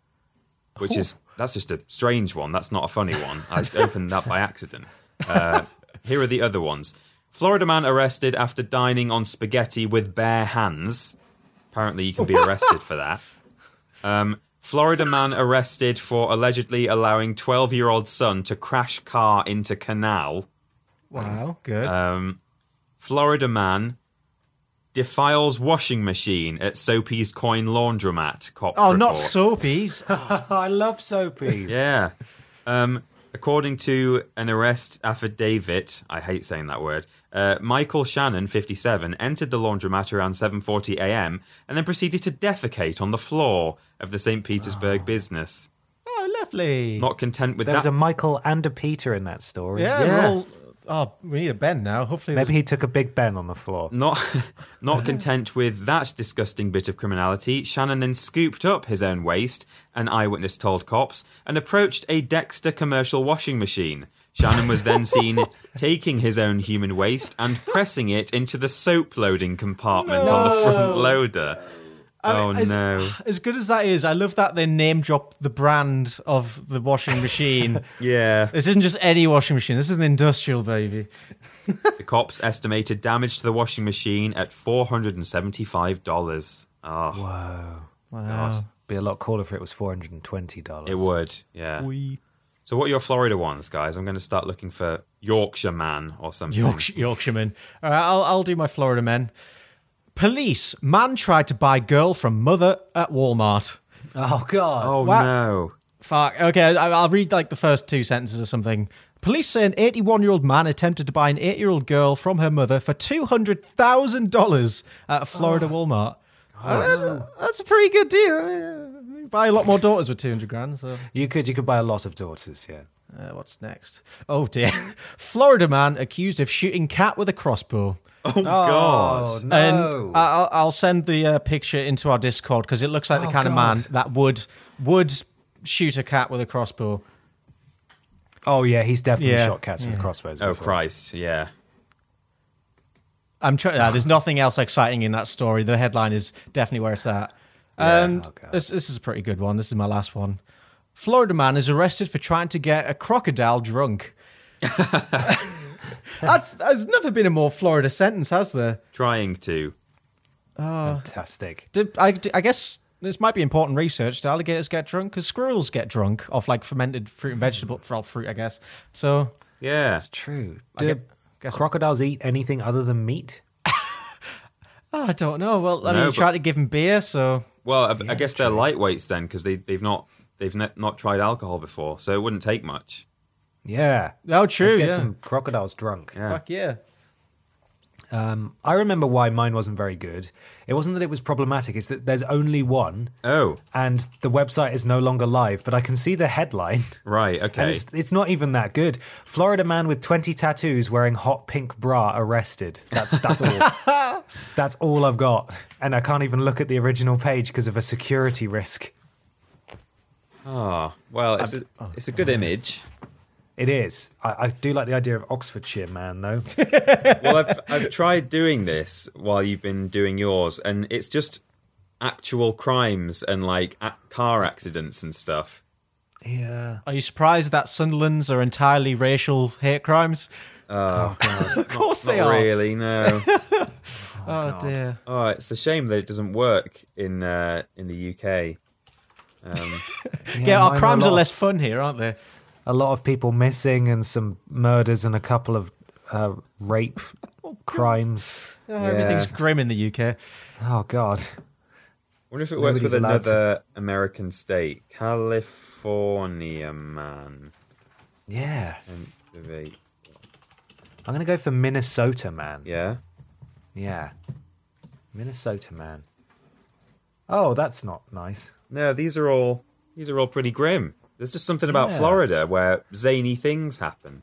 which is that's just a strange one. That's not a funny one. I opened that by accident. Uh, here are the other ones. Florida man arrested after dining on spaghetti with bare hands. Apparently, you can be arrested for that. Um, Florida man arrested for allegedly allowing 12 year old son to crash car into canal. Wow, good. Uh, Florida man defiles washing machine at Soapy's coin laundromat. Cops oh, not report. [LAUGHS] soapies. I love soapies. Yeah. Um, according to an arrest affidavit, I hate saying that word. Uh, Michael Shannon, 57, entered the laundromat around 7:40 a.m. and then proceeded to defecate on the floor of the St. Petersburg business. [LAUGHS] oh, lovely. Not content with Ah. There was that, a Michael and a Peter in that story. yeah, yeah. We're all, oh, we need a Ben now. Hopefully, Maybe there's- he took a big Ben on the floor. not [LAUGHS] not content with that disgusting bit of criminality, Shannon then scooped up his own waste, an eyewitness told cops, and approached a Dexter commercial washing machine. Shannon was then seen taking his own human waste and pressing it into the soap loading compartment on the front loader. oh as- no. as good as that is, I love that they name drop the brand of the [LAUGHS] washing machine. Yeah. this isn't just any washing machine. This is an industrial baby. The cops estimated damage to the washing machine at $475. Oh, Wow. Be a lot cooler if it was four hundred and twenty dollars. Mm. it would. Yeah. We So what are your Florida ones, guys? I'm going to start looking for Yorkshire man or something. Yorkshire, Yorkshireman. All right, I'll, I'll do my Florida men. Police man tried to buy girl from mother at Walmart. Oh god. Oh What? no. Fuck. Okay, I, I'll read like the first two sentences or something. Police say an 81 year old man attempted to buy an 8 year old girl from her mother for $200,000 at a Florida Oh, Walmart. Uh, that's a pretty good deal. Uh, you Buy a lot more daughters with 200 grand. So, You could you could buy a lot of daughters, yeah. uh, what's next? Oh dear. [LAUGHS] Florida man accused of shooting cat with a crossbow. God. And no. I- I'll, I'll send the uh, picture into our Discord because it looks like the Oh, kind of man God. that would would shoot a cat with a crossbow. oh yeah, he's definitely Yeah. shot cats with crossbows. Oh before. Christ, yeah. uh, I'm trying. there's nothing else exciting in that story. The headline is definitely where it's at. Um, this, this is a pretty good one. This is my last one. Florida man is arrested for trying to get a crocodile drunk. That's there's never been a more Florida sentence, has there? Trying to. Fantastic. Did, I, I guess this might be important research. Do alligators get drunk? Because squirrels get drunk off like fermented fruit and vegetable, well, fruit, I guess. So Yeah. True. Do gue- guess- crocodiles eat anything other than meat? oh, I don't know. Well, I No, mean, you but- try to give them beer, so Well, I, I guess they're lightweights then because they they've not they've ne- not tried alcohol before, so it wouldn't take much. Yeah. oh, true. Let's get yeah. some crocodiles drunk. Fuck yeah. I remember why mine wasn't very good. It wasn't that it was problematic, it's that there's only one Oh, and the website is no longer live, but I can see the headline. right. Okay. And it's, it's not even that good. Florida man with 20 tattoos wearing hot pink bra arrested. That's that's all. that's all I've got. And I can't even look at the original page because of a security risk. Ah, well, it's a, it's a good image. It is. I, I do like the idea of Oxfordshire man, though. [LAUGHS] well, I've, I've tried doing this while you've been doing yours, and it's just actual crimes and like a- car accidents and stuff. yeah. Are you surprised that Sunderland's are entirely racial hate crimes? [LAUGHS] of course they Oh, Not are. [LAUGHS] really, no. Oh, dear. oh, it's a shame that it doesn't work in uh, in the UK. Yeah, our mine crimes were a are lot- less fun here, aren't they? A lot of people missing and some murders and a couple of uh, rape crimes. Oh, Everything's grim in the UK. Oh, God. wonder if it works Nobody's with allowed to- another American state. California man. Yeah. Activate. I'm going to go for Minnesota man. Yeah. Yeah. Minnesota man. Oh, that's not nice. No, these are all these are all pretty grim. There's just something about Florida where zany things happen.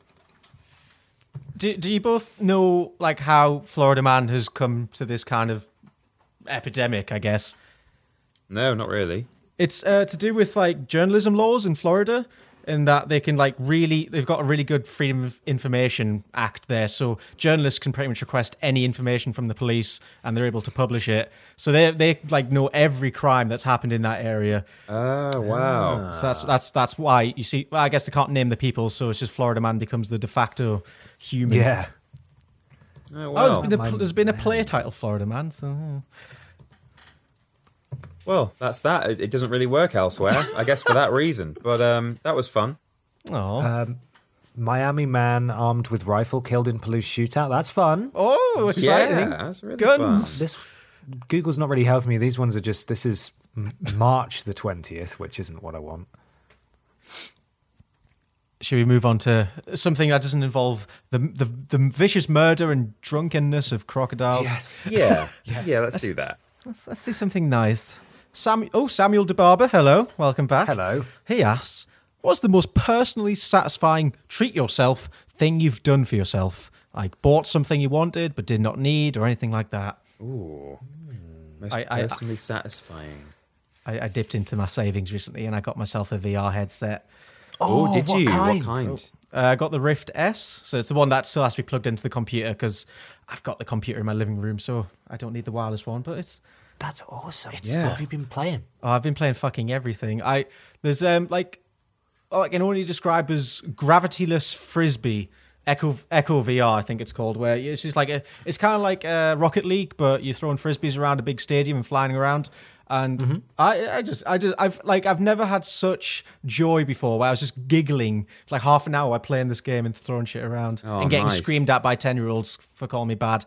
Do, do you both know like how Florida man has come to this kind of epidemic? I guess No, not really. it's uh, to do with like journalism laws in Florida, and that they can like really they've got a really good Freedom of Information Act there, so journalists can pretty much request any information from the police, and they're able to publish it. So they they like know every crime that's happened in that area. Oh wow. So that's that's that's why you see. Well, I guess they can't name the people, so it's just Florida man becomes the de facto human. Yeah. Oh, Oh, wow. there's been, a, there's been a play title, Florida Man. So yeah. Well, that's that. It, it doesn't really work elsewhere, I [LAUGHS] guess, for that reason. But um, that was fun. oh, Uh, Miami man armed with rifle killed in police shootout. That's fun. oh, exciting! Yeah, that's really Guns. This Google's not really helping me. These ones are just this is M- March the 20th, which isn't what I want. Should we move on to something that doesn't involve the the, the vicious murder and drunkenness of crocodiles? fun. [LAUGHS] Yeah, yeah. Let's do that. Let's, let's do something nice. Sam, oh, Samuel DeBarber, hello, welcome back. Hello. He asks, "What's the most personally satisfying treat yourself thing you've done for yourself? Like bought something you wanted but did not need, or anything like that?" Most I- I- personally satisfying. I, I dipped into my savings recently and I got myself a VR headset. Oh, did what you? kind? What kind? Uh, I got the Rift S, so it's the one that still has to be plugged into the computer because I've got the computer in my living room, so I don't need the wireless one. But it's That's awesome. Yeah. What have you been playing? oh, I've been playing fucking everything. I there's um like oh, I can only describe as gravityless frisbee. Echo Echo VR, I think it's called, where it's just like a, it's kind of like uh, Rocket League, but you're throwing frisbees around a big stadium and flying around. And I, I just, I just, I've like, I've never had such joy before. Where I was just giggling for like half an hour while playing this game and throwing shit around and getting nice. screamed at by ten year olds for calling me bad.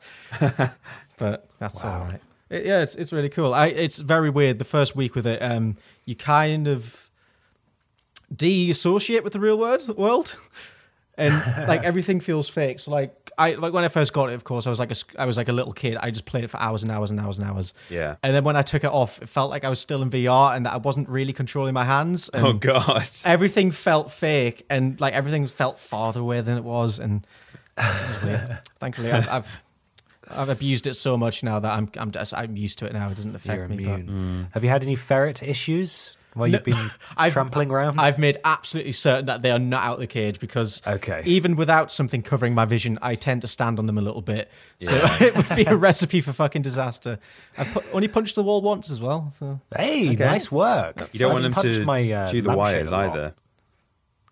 but that's all right. It- yeah, it's it's really cool. I, it's very weird. The first week with it, um, you kind of de-associate with the real world, world, [LAUGHS] and like everything feels fake. So like I like when I first got it, of course, I was like a s- I was like a little kid. I just played it for hours and hours and hours and hours. Yeah. And then when I took it off, it felt like I was still in VR and that I wasn't really controlling my hands. And Oh God. Everything felt fake, and like everything felt farther away than it was. And [SIGHS] thankfully, I've, I've I've abused it so much now that I'm I'm just, I'm used to it now. It doesn't affect You're me. immune. Have you had any ferret issues? while you've been Mm. [LAUGHS] I've- trampling around? I've made absolutely certain that they are not out of the cage because Okay. even without something covering my vision, I tend to stand on them a little bit. So [LAUGHS] it would be a recipe for fucking disaster. I pu- only punched the wall once as well. So hey, nice work. You don't I've want them punched to my, uh, chew the lampshade wires a lot. either.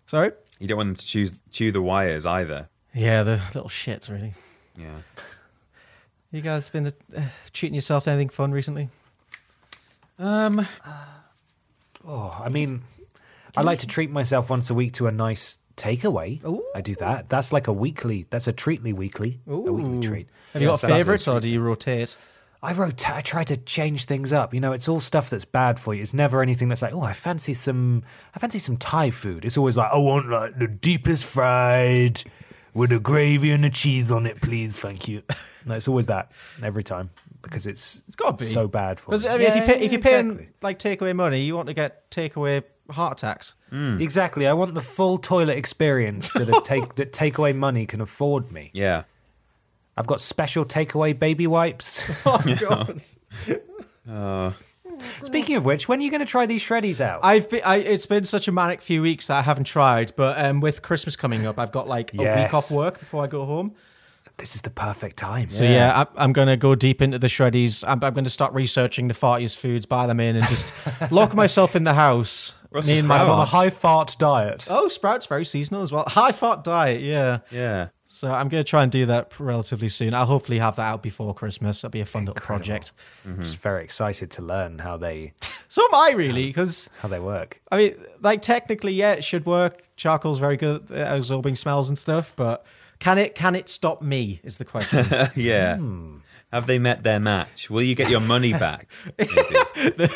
sorry. You don't want them to chew, chew the wires either. Yeah, the little shits really. Yeah. You guys been uh, treating yourself to anything fun recently? Oh, I mean, I like to treat myself once a week to a nice takeaway. I do that. That's like a weekly. That's a treatly weekly. A weekly treat. Have you Yeah, got so- favourites or do you rotate? I wrote. I try to change things up. You know, it's all stuff that's bad for you. It's never anything that's like, oh, I fancy some. I fancy some Thai food. It's always like, I want like the deepest fried with the gravy and the cheese on it, please, thank you. [LAUGHS] No, it's always that every time because it's it's gotta be. so bad for. Because me. I mean, if you Yeah, pay, if yeah, you're paying exactly. like takeaway money, you want to get takeaway heart attacks. Mm. Exactly. I want the full toilet experience that a [LAUGHS] take that takeaway money can afford me. Yeah. I've got special takeaway baby wipes. [LAUGHS] [LAUGHS] Oh god! Speaking of which, when are you going to try these shreddies out? I've been, I, it's been such a manic few weeks that I haven't tried, but um, with Christmas coming up, I've got like a Yes. week off work before I go home. this is the perfect time. So yeah, I, I'm going to go deep into the shreddies. I'm, I'm going to start researching the fartiest foods, buy them in, and [LAUGHS] just lock myself in the house. Russell Me and my Sprouts. I'm on a boss. high fart diet. Oh, sprouts very seasonal as well. High fart diet, yeah. Yeah. [LAUGHS] So I'm going to try and do that relatively soon. I'll hopefully have that out before Christmas. That'll be a fun little project. I'm just very excited to learn how they So am I really, because how they work. I mean, like technically, yeah, it should work. Charcoal's very good at uh, absorbing smells and stuff, but can it can it stop me? Is the question. [LAUGHS] Yeah. Hmm. Have they met their match? Will you get your money [LAUGHS] back? Maybe.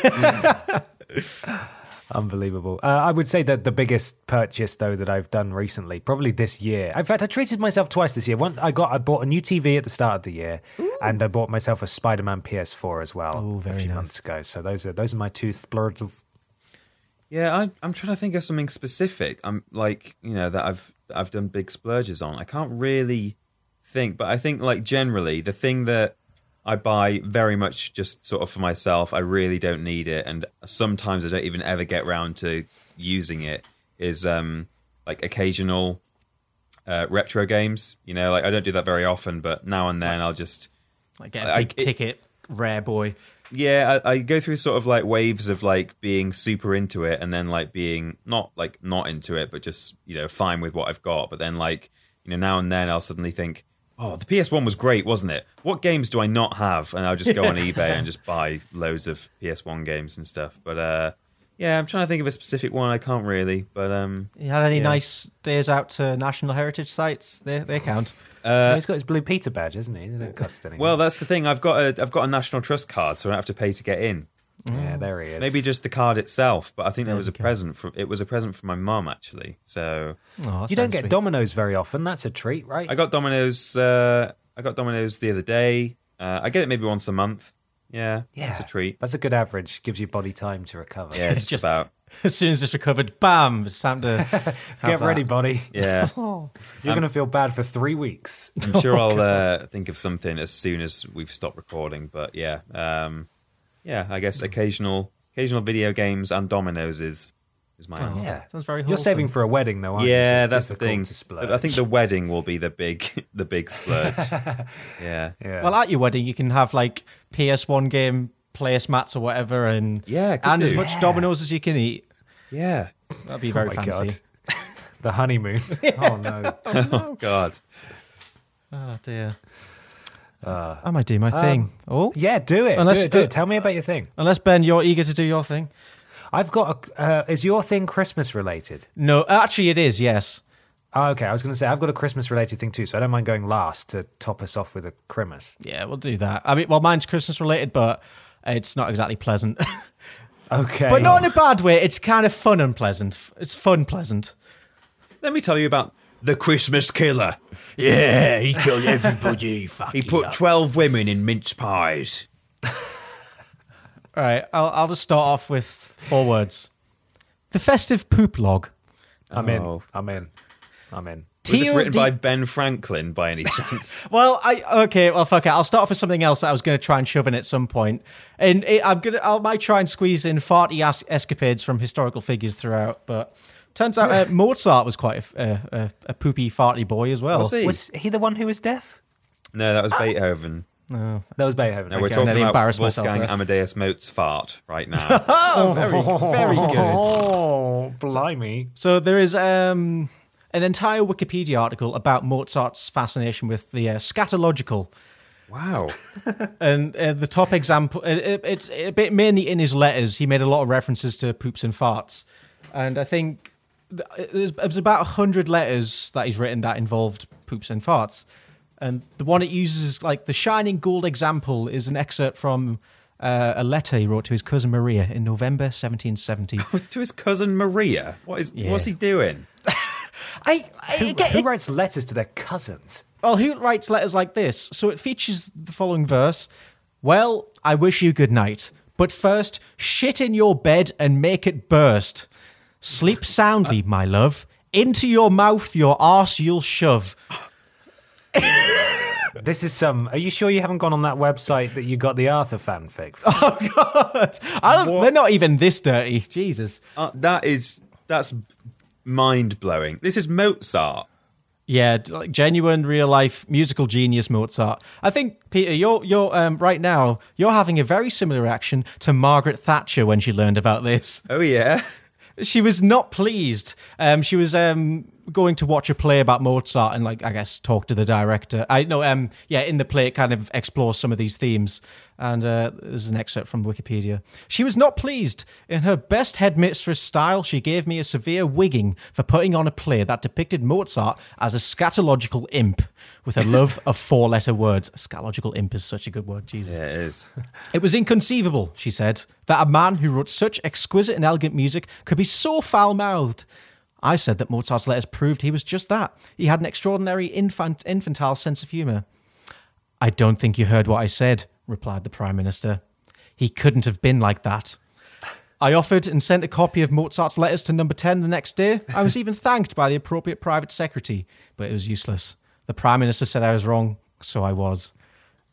Unbelievable. Uh, I would say that the biggest purchase though that I've done recently, probably this year. In fact, I treated myself twice this year. One, I got I bought a new TV at the start of the year, and I bought myself a Spider-Man PS4 as well a few months ago. So those are those are my two Uh, splurges. Yeah, I, I'm trying to think of something specific. I'm like, you know, that I've I've done big splurges on. I can't really think, but I think like generally the thing that I buy very much just sort of for myself. I really don't need it, and sometimes I don't even ever get round to using it. Is um like occasional uh, retro games. You know, like I don't do that very often, but now and then I'll just like get I- a big it- ticket, rare boy. yeah, I, I go through sort of like waves of like being super into it and then like being not like not into it, but just, you know, fine with what I've got. But then like, you know, now and then I'll suddenly think, oh, the PS1 was great, wasn't it? What games do I not have? And I'll just go on eBay and just buy loads of PS1 games and stuff. But uh yeah, I'm trying to think of a specific one. I can't really, but um You had any nice days out to national heritage sites? They they count. he's got his Blue Peter badge, isn't he? It doesn't cost anything. well, that's the thing. I've got a I've got a National Trust card, so I don't have to pay to get in. yeah, there he is. mm, Maybe just the card itself, but I think there was a present from it was a present from my mum actually. So Oh, that's you don't very get sweet. Dominoes very often. That's a treat, right? I got Domino's. Uh, I got Domino's the other day. Uh, I get it maybe once a month. Yeah, yeah, it's a treat. That's a good average. Gives your body time to recover. [LAUGHS] Yeah, just, just- about. [LAUGHS] As soon as it's recovered, bam! It's time to have Get that. ready, body. [LAUGHS] Yeah, Oh, You're going to feel bad for three weeks. I'm sure I'll uh, think of something as soon as we've stopped recording. But yeah, um, yeah, I Hmm. guess occasional, occasional video games and Domino's is is my answer. Oh, Yeah, sounds very You're wholesome. saving for a wedding, though, aren't you? So Yeah, it's that's the difficult thing. To splurge. I think the wedding will be the big, [LAUGHS] the [LAUGHS] big splurge. yeah, Yeah. Well, at your wedding, you can have like PS1 game placemats or whatever, and Yeah, could and as do. much Dominoes as you can eat. yeah. That'd be very my fancy. God. the [LAUGHS] honeymoon. oh no. Oh God. Oh dear. I might do my thing. Oh, Yeah, do it. Unless- do it. Do uh, it. Tell me about your thing. unless Ben, you're eager to do your thing. I've got a. Uh, is your thing Christmas related? No, actually, it is. Yes. Oh, okay, I was going to say I've got a Christmas related thing too, so I don't mind going last to top us off with a Christmas. Yeah, we'll do that. I mean, well, mine's Christmas related, but it's not exactly pleasant. [LAUGHS] Okay, [LAUGHS] but not in a bad way. It's kind of fun and pleasant. It's fun pleasant. Let me tell you about the Christmas killer. Yeah, he killed everybody. Fuck He put 12 women in mince pies. All right, I'll I'll just start off with four words. The festive poop log. I'm in. Oh. I'm in. I'm in. Was this written TLD by Ben Franklin by any [LAUGHS] chance? Well, I okay. Well, fuck it. I'll start off with something else that I was going to try and shove in at some point, and it, I'm gonna I might try and squeeze in farty as- escapades from historical figures throughout. But turns out [LAUGHS] uh, Mozart was quite a, f- a, a, a poopy farty boy as well. Was he? Was he the one who was deaf? no, that was Beethoven. That was Beethoven. No, Ah. Okay, we're I talking nearly about embarrassed myself Wolfgang there. Amadeus Mozart's fart right now. [LAUGHS] Oh, very, [LAUGHS] very good. Oh, blimey. So there is um, an entire Wikipedia article about Mozart's fascination with the uh, scatological. wow. And uh, the top example, it, it, it's a bit mainly in his letters. He made a lot of references to poops and farts, and I think th- there's, there's about hundred letters that he's written that involved poops and farts. And the one it uses, like the shining gold example, is an excerpt from uh, a letter he wrote to his cousin Maria in [LAUGHS] November 1770. to his cousin Maria. What is? Yeah. What's he doing? I, I Who, get- who writes letters to their cousins? Well, who writes letters like this? So it features the following verse Well, I wish you good night, but first, shit in your bed and make it burst. Sleep soundly, my love. Into your mouth, your arse you'll shove. This is some. Are you sure you haven't gone on that website that you got the Arthur fanfic from? [LAUGHS] I don't, they're not even this dirty. Jesus. Uh, that is that's mind blowing. This is Mozart. Yeah, d- like genuine real life musical genius Mozart. I think Peter, you're you're um, right now you're having a very similar reaction to Margaret Thatcher when she learned about this. Oh yeah. she was not pleased. Um, she was um, going to watch a play about Mozart and, like, I guess, talk to the director. I know, um, yeah, in the play, it kind of explores some of these themes. And uh, this is an excerpt from Wikipedia. She was not pleased. In her best headmistress style, she gave me a severe wigging for putting on a play that depicted Mozart as a scatological imp with a love of four letter words. Scatological imp is such a good word, Jesus. It is. It was inconceivable, she said, that a man who wrote such exquisite and elegant music could be so foul mouthed. I said that Mozart's letters proved he was just that. He had an extraordinary infant- infantile sense of humour. I don't think you heard what I said, replied the Prime Minister. He couldn't have been like that. I offered and sent a copy of Mozart's letters to number 10 the next day. I was even thanked by the appropriate private secretary, but it was useless. The Prime Minister said I was wrong, so I was.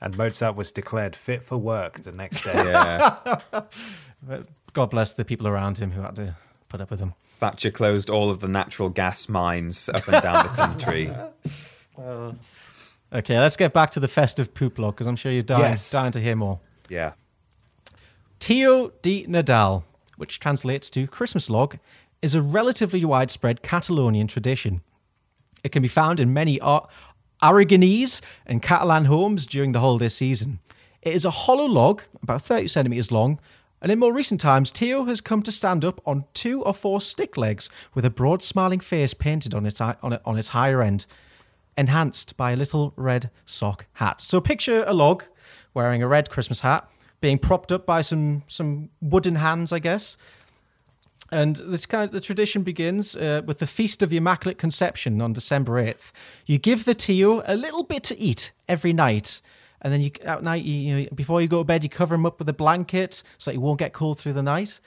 And Mozart was declared fit for work the next day. [LAUGHS] Yeah. God bless the people around him who had to put up with him. Thatcher closed all of the natural gas mines up and down the [LAUGHS] country. Okay, let's get back to the festive poop log because I'm sure you're dying, Yes. dying to hear more. Yeah. Tio de Nadal, which translates to Christmas log, is a relatively widespread Catalonian tradition. It can be found in many Ar- Aragonese and Catalan homes during the holiday season. It is a hollow log, about 30 centimetres long, and in more recent times, Tio has come to stand up on two or four stick legs with a broad smiling face painted on its, on it, on its higher end, enhanced by a little red sock hat. So picture a log wearing a red Christmas hat, being propped up by some, some wooden hands, I guess, and this kind of, the tradition begins uh, with the Feast of the Immaculate Conception on December 8th. You give the teo a little bit to eat every night. And then you at night, you, you know, before you go to bed, you cover him up with a blanket so that he won't get cold through the night.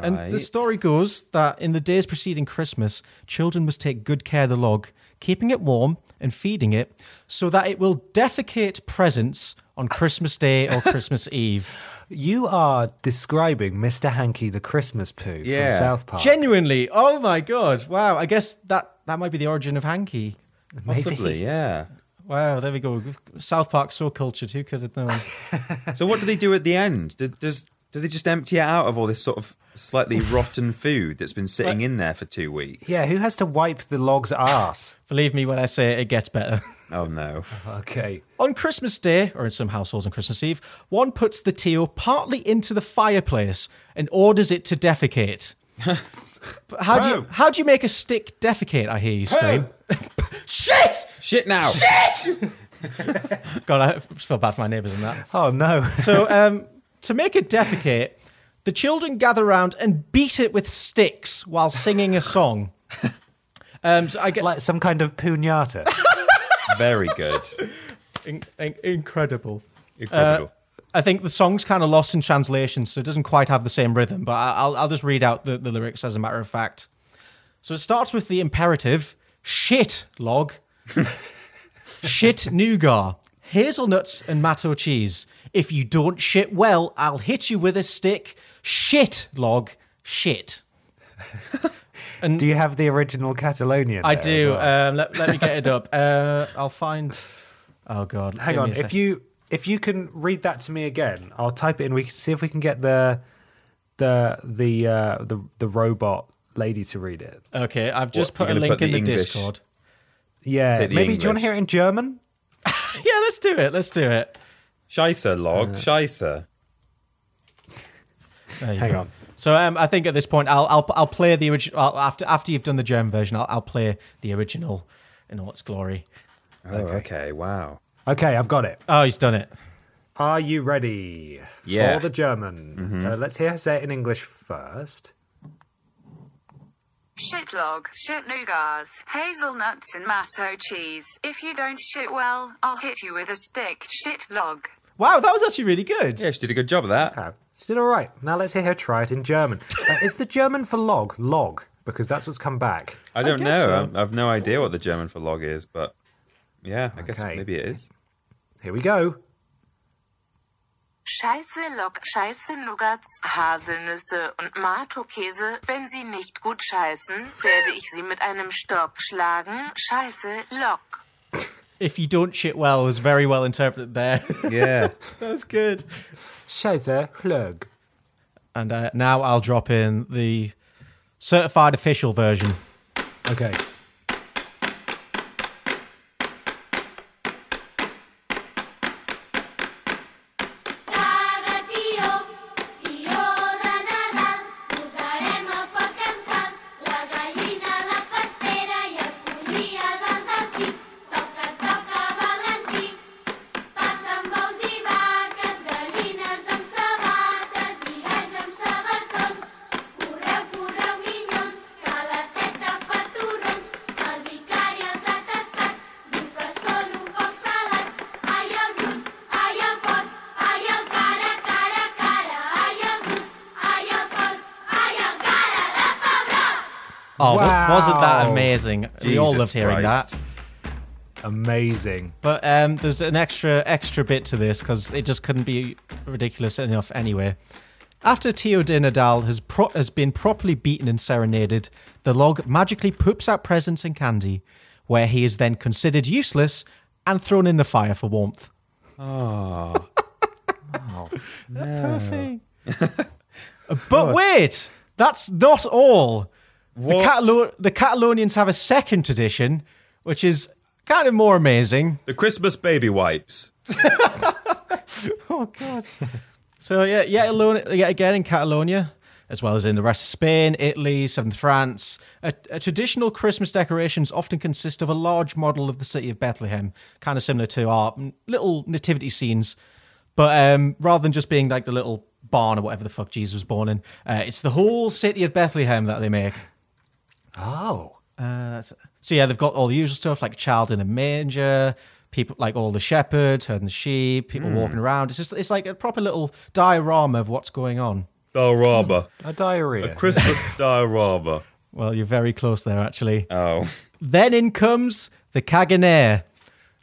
And the story goes that in the days preceding Christmas, children must take good care of the log, keeping it warm and feeding it so that it will defecate presents on Christmas Day or Christmas [LAUGHS] Eve. You are describing Mr. Hanky the Christmas poo Yeah. from South Park. Genuinely, oh my god! Wow, I guess that that might be the origin of hanky. Possibly, yeah. Wow, there we go. South Park's so cultured. Who could have known? So what do they do at the end? Do, does, do they just empty it out of all this sort of slightly rotten food that's been sitting in there for two weeks? yeah, who has to wipe the log's ass? Believe me when I say it, it gets better. Oh no. Uh-huh. okay. on Christmas Day, or in some households on Christmas Eve, one puts the teal partly into the fireplace and orders it to defecate. But how do you Bro. how do you make a stick defecate? I hear you scream. [LAUGHS] Shit! Shit now. God, I feel bad for my neighbours on that. Oh no. [LAUGHS] So, um, to make it defecate, the children gather round and beat it with sticks while singing a [LAUGHS] song. Um, so I get like some kind of puñata. Very good. in- in- incredible. Incredible. I think the song's kind of lost in translation, so it doesn't quite have the same rhythm, but I- I'll, I'll just read out the, the lyrics as a matter of fact. So it starts with the imperative shit log, [LAUGHS] shit nougat, hazelnuts and matto cheese. If you don't shit well, I'll hit you with a stick. Shit log, shit. Do you have the original Catalonian? I there as do. well? Um, let, let me get it up. Uh, I'll find. Oh god. Hang on. If you if you can read that to me again, I'll type it in. We can see if we can get the the the uh, the the robot lady to read it. Okay, I've just What, put a you're gonna link put in the the English- Discord. Yeah. Take the Maybe do you want English. to hear it in German? Yeah, let's do it. Let's do it. Scheisse log, Scheisse. There you Hang go. on. So um, I think at this point I'll I'll, I'll play the original I'll, after after you've done the German version. I'll, I'll play the original in all its glory. Oh, okay. wow. Okay, I've got it. Oh, he's done it. Are you ready Yeah. for the German? Uh, let's hear her say it in English first. Shitlog, shit nougars, hazelnuts and matto cheese. If you don't shit well, I'll hit you with a stick. Shitlog. Wow, that was actually really good. Yeah, she did a good job of that. Okay, she did all right. Now let's hear her try it in German. Uh, is the German for log log? Because that's what's come back. I don't guess know. so. I'm- I've no idea what the German for log is, but yeah, I guess Okay. maybe it is. Here we go. Scheiße Log, Scheiße Nuggets, Haselnüsse und Matokäse. Wenn sie nicht gut scheißen, werde ich sie mit einem Stock schlagen. Scheiße Log. If you don't shit well was very well interpreted there. [LAUGHS] Yeah. That's good. Scheiße log. And uh, now I'll drop in the certified official version. Okay. Oh, wa- Wow. wasn't that amazing? we all loved Jesus hearing Christ. that. Amazing. But um, there's an extra extra bit to this because it just couldn't be ridiculous enough anyway. After Teodin Adal has pro- has been properly beaten and serenaded, the log magically poops out presents and candy, where he is then considered useless and thrown in the fire for warmth. [LAUGHS] Oh, but wait, that's not all. The, What? Catalo- the Catalonians have a second tradition, which is kind of more amazing. The Christmas baby wipes. Oh God. so yeah, yeah, alone, yet again in Catalonia, as well as in the rest of Spain, Italy, southern France, a, a traditional Christmas decorations often consist of a large model of the city of Bethlehem, kind of similar to our mm, little nativity scenes, but um, rather than just being like the little barn or whatever the fuck Jesus was born in, uh, it's the whole city of Bethlehem that they make. Oh. So yeah, they've got all the usual stuff like a child in a manger, people like all the shepherds herding the sheep, people walking around. It's just it's like a proper little diorama of what's going on. Diorama. A diarrhea. Christmas diorama. Well, you're very close there actually. Oh. Then in comes the caganer.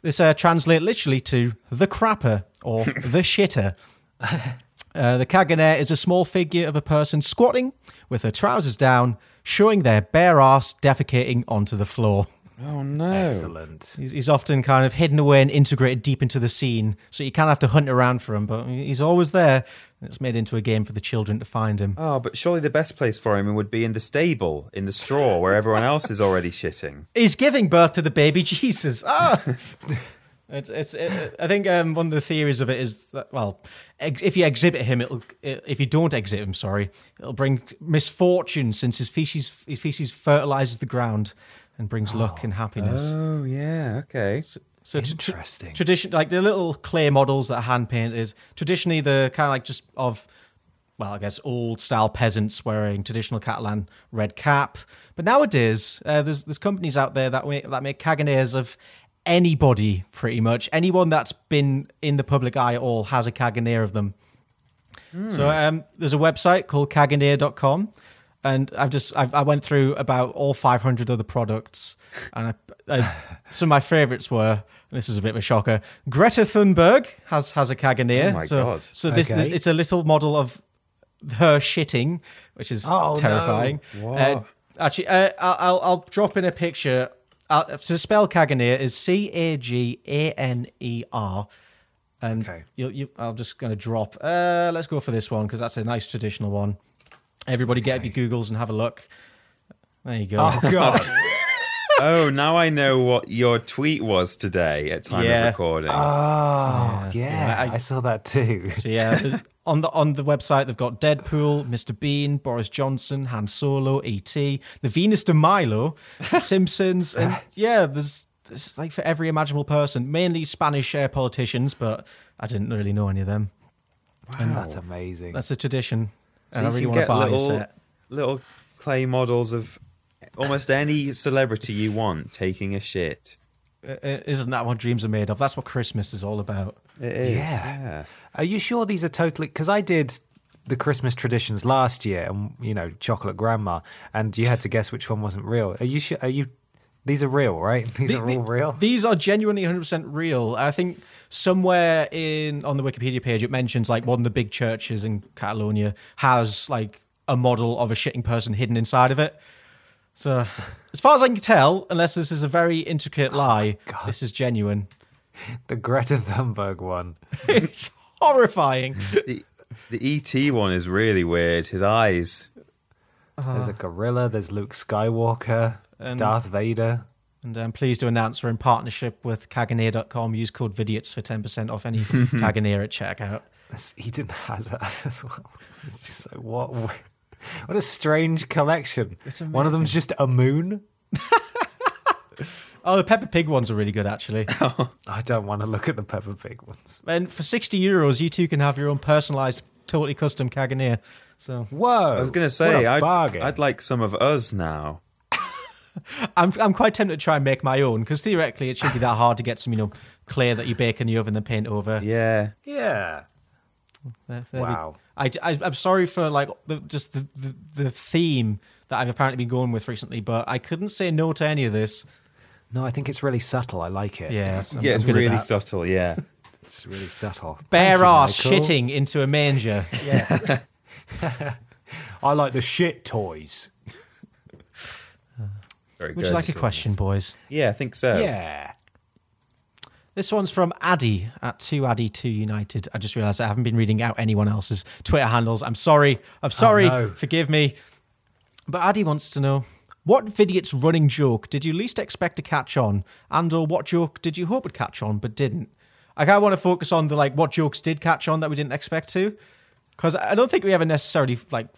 This uh, translates literally to the crapper [LAUGHS] or the shitter. Uh, the caganer is a small figure of a person squatting with her trousers down, showing their bare ass defecating onto the floor. Oh, no. Excellent. He's, he's often kind of hidden away and integrated deep into the scene, so you kind of have to hunt around for him, but he's always there. And it's made into a game for the children to find him. Oh, but surely the best place for him would be in the stable, in the straw, where everyone else is already shitting. He's giving birth to the baby [LAUGHS] Jesus. Ah! It's, it's, it, I think um, one of the theories of it is that well, ex- if you exhibit him, it'll if you don't exhibit him, sorry, it'll bring misfortune since his feces his feces fertilizes the ground and brings luck and happiness. [LAUGHS] Oh, yeah. Okay. So t- tr- Interesting. tradition, like the little clay models that are hand painted. Traditionally, the kind of like just of, well, I guess old style peasants wearing traditional Catalan red cap. But nowadays, uh, there's there's companies out there that make, that make caganeres of anybody, pretty much anyone that's been in the public eye at all Hmm. has a caganere of them. So um, there's a website called caganeer.com. and I've just I've, I went through about all 500 other products, and I, [LAUGHS] I, some of my favorites were. And this is a bit of a shocker. Greta Thunberg has has a Caganeer. Oh my so, God. So this Okay. it's a little model of her shitting, which is Oh, no. terrifying. Wow. Uh, actually, uh, I'll, I'll I'll drop in a picture. Uh, to spell Caganeer is C A G A N E R. And you, you, I'm just going to drop. Uh, let's go for this one because that's a nice traditional one. Everybody get up your Googles and have a look. There you Oh, go. [LAUGHS] oh, now I know what your tweet was today at time Yeah. of recording. Oh, yeah. I, saw that too. So yeah, there's- on the on the website they've got Deadpool, Mr. Bean, Boris Johnson, Han Solo, E.T., the Venus de Milo, [LAUGHS] The Simpsons, Uh. and yeah, there's it's like for every imaginable person, mainly Spanish uh, politicians, but I didn't really know any of them. And That's amazing. That's a tradition, So and I you really can want to get buy little, a set. Little clay models of almost any celebrity you want taking a shit. Uh, uh, Isn't that what dreams are made of? That's what Christmas is all about. It is. Yeah. Are you sure these are totally? Because I did the Christmas traditions last year, and you know, chocolate grandma, and you had to guess which one wasn't real. Are you sure? Are you? These are real, right? [LAUGHS] These The- are all the- real. These are genuinely 100% real. I think somewhere in on the Wikipedia page it mentions like one of the big churches in Catalonia has like a model of a shitting person hidden inside of it. So [LAUGHS] as far as I can tell, unless this is a very Oh intricate lie, this is genuine. The Greta Thunberg one. it's horrifying. [LAUGHS] the, the ET one is really weird. His eyes. There's a gorilla. There's Luke Skywalker. And- Darth Vader. And I'm pleased to announce we're in partnership with Caganeer.com. Use code VIDIOTS for 10% [LAUGHS] off any Caganeer at checkout. That's Eden Hazard [LAUGHS] as well. This is just so what? [LAUGHS] What a strange collection. One of them's just a moon. Oh, the Peppa Pig ones are really good, actually. I don't want to look at the Peppa Pig ones. And for 60 euros, you too can have your own personalized, totally custom Caganeer. So Whoa! I was going to say, I'd, I'd like some of us now. I'm, I'm quite tempted to try and make my own because theoretically it shouldn't be that hard to get some, you know, clay that you bake in the oven and paint over. Yeah. Yeah. There- there we- Wow. I, I, am sorry for like the, just the, the, the theme that I've apparently been going with recently, but I couldn't say no to any of this. No, I think it's really subtle. I like it. Yeah, it's- I'm- yeah, I'm it's good at really that. subtle. Yeah. It's really subtle. Thank Bare you, ass Michael. shitting into a manger. I like the shit toys. Very Would good. you like a question, boys? Yeah, I think so. Yeah. This one's from Addy at 2Addy2United. I just realised I haven't been reading out anyone else's Twitter handles. I'm sorry. Oh, I'm sorry. no. Forgive me. But Addy wants to know, what Vidiot's running joke did you least expect to catch on? And or what joke did you hope would catch on but didn't? Like, I want to focus on the, like, what jokes did catch on that we didn't expect to. Because I don't think we ever necessarily, like,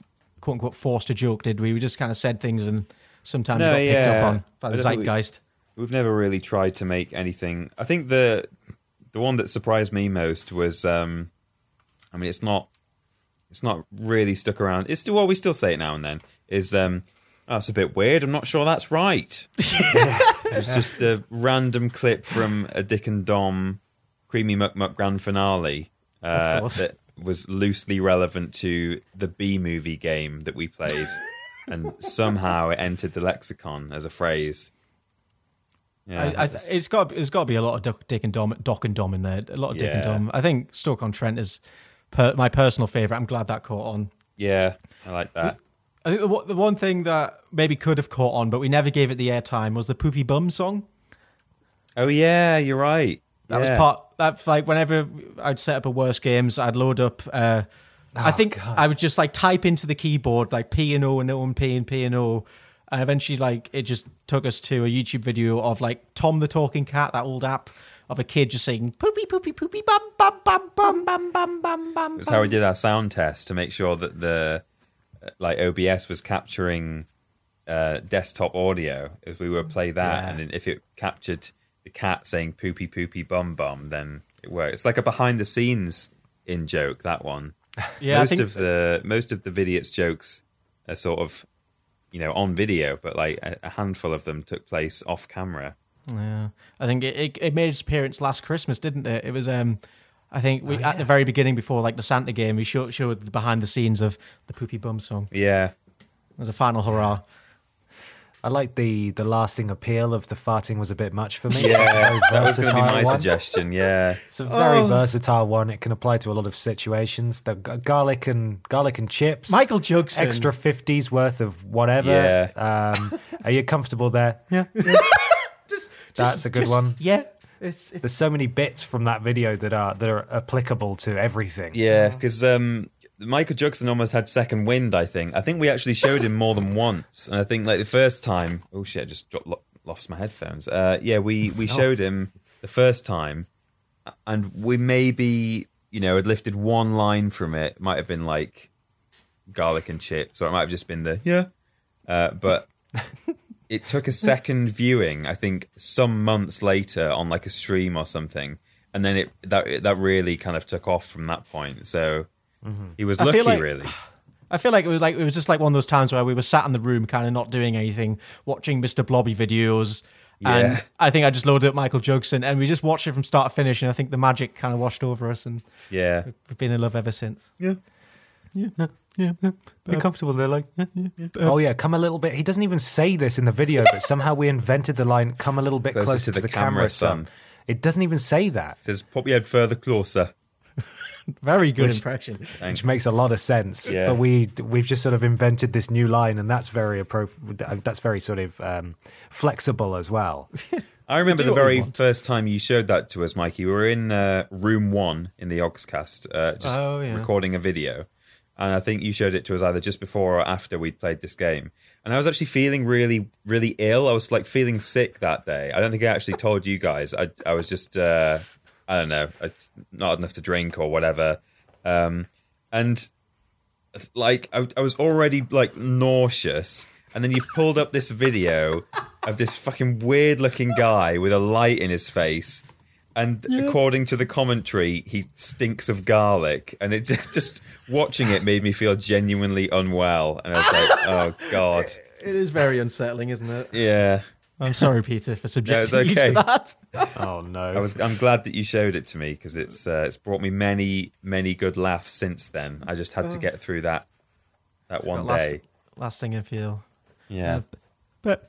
quote-unquote forced a joke, did we? We just kind of said things and sometimes No, we got picked yeah. up on by the I don't think we- zeitgeist. We've never really tried to make anything. I think the the one that surprised me most was um I mean it's not it's not really stuck around. It's still well, we still say it now and then. Is um oh, that's a bit weird. I'm not sure [LAUGHS] that's right. it's just a random clip from a Dick and Dom Creamy Muck Muck Grand Finale Of uh, course. that was loosely relevant to the B movie game that [LAUGHS] we played, and somehow it entered the lexicon as a phrase. Yeah, I, I, th- it's got it's got to be a lot of Doc, Dick and Dom, Doc and Dom in there. A lot of Dick and Yeah. Dom. I think Stoke on Trent is per, my personal favorite. I'm glad that caught on. yeah, I like that. I think the, one- the one thing that maybe could have caught on, but we never gave it the airtime, was the Poopy Bum song. Oh yeah, you're right. That was Yeah. part. That's like whenever I'd set up a worst games, I'd load up. Uh, I Oh, think I would just like type into the keyboard like P and O and O and P and P and O, and eventually like it just took us to a YouTube video of like Tom the Talking Cat, that old app of a kid just saying poopy poopy poopy bum bum bum bum bum bum bum bum. It was how we did our sound test to make sure that the uh, like OBS was capturing uh, desktop audio. If we were to play that, Yeah. and then if it captured the cat saying "poopy poopy bum bum," then it worked. It's like a behind the scenes in joke. That one. [LAUGHS] Yeah, I most think- of the most of the Vidiot's jokes are sort of you know on video, but like a, a handful of them took place off camera. Yeah, I think it, it, it made its appearance last Christmas, didn't it? It was um, I think we at the very beginning before like the Santa game, we showed showed the behind the scenes of the Poopy Bum song. Yeah, as a final hurrah. I like the the lasting appeal of the farting was a bit much for me. It's a Yeah, very that was going to be versatile my one. suggestion. [LAUGHS] Yeah, It's a very Oh. versatile one. It can apply to a lot of situations. The g- garlic and garlic and chips. Michael Jugson. Extra fifties worth of whatever. Yeah. Um, are you comfortable there? Yeah. [LAUGHS] That's a good Just- one. Yeah, it's, it's There's so many bits from that video that are that are applicable to everything. yeah, because um, Michael Jackson almost had second wind. I think. I think we actually showed him more than once, and I think like the first time. Oh shit! I just dropped lo- lost my headphones. Uh, yeah, we we showed him the first time, and we maybe you know had lifted one line from it. Might have been like garlic and chips, or it might have just been the yeah. [LAUGHS] Uh, but it took a second viewing, I think, some months later on like a stream or something, and then it that that really kind of took off from that point. So he was Mm-hmm. I lucky, feel like- really. I feel like it was like it was just like one of those times where we were sat in the room, kind of not doing anything, watching Mr. Blobby videos. Yeah. And I think I just loaded up Michael Jogson and we just watched it from start to finish. And I think the magic kind of washed over us, and Yeah, we've been in love ever since. Are you comfortable there? Like, oh yeah, come a little bit. He doesn't even say this in the video, [LAUGHS] but somehow we invented the line "come a little bit closer, to, the, camera, son." It doesn't even say that, says pop your head further closer. Very good impression. which makes a lot of sense. Yeah. But we we've just sort of invented this new line, and that's very appropriate. That's very sort of um, flexible as [LAUGHS] well. I remember do the what we very want. first time you showed that to us, Mikey. We were in uh, room one in the Oxcast, uh, just Oh, yeah. recording a video. And I think you showed it to us either just before or after we'd played this game. And I was actually feeling really, really ill. I was like feeling sick that day. I don't think I actually told you guys. I, I was just, uh, I don't know, I, not enough to drink or whatever. Um, and like I, I was already like nauseous and then you pulled up this video of this fucking weird looking guy with a light in his face and according to the commentary he stinks of garlic and it [LAUGHS] just, just watching it made me feel genuinely unwell and i was like oh god It is very unsettling, isn't it? yeah [LAUGHS] I'm sorry, Peter, for subjecting you okay. to that. Oh no! i was i'm glad that you showed it to me because it's uh, it's brought me many many good laughs since then i just had to get through that that one Last, day lasting appeal. yeah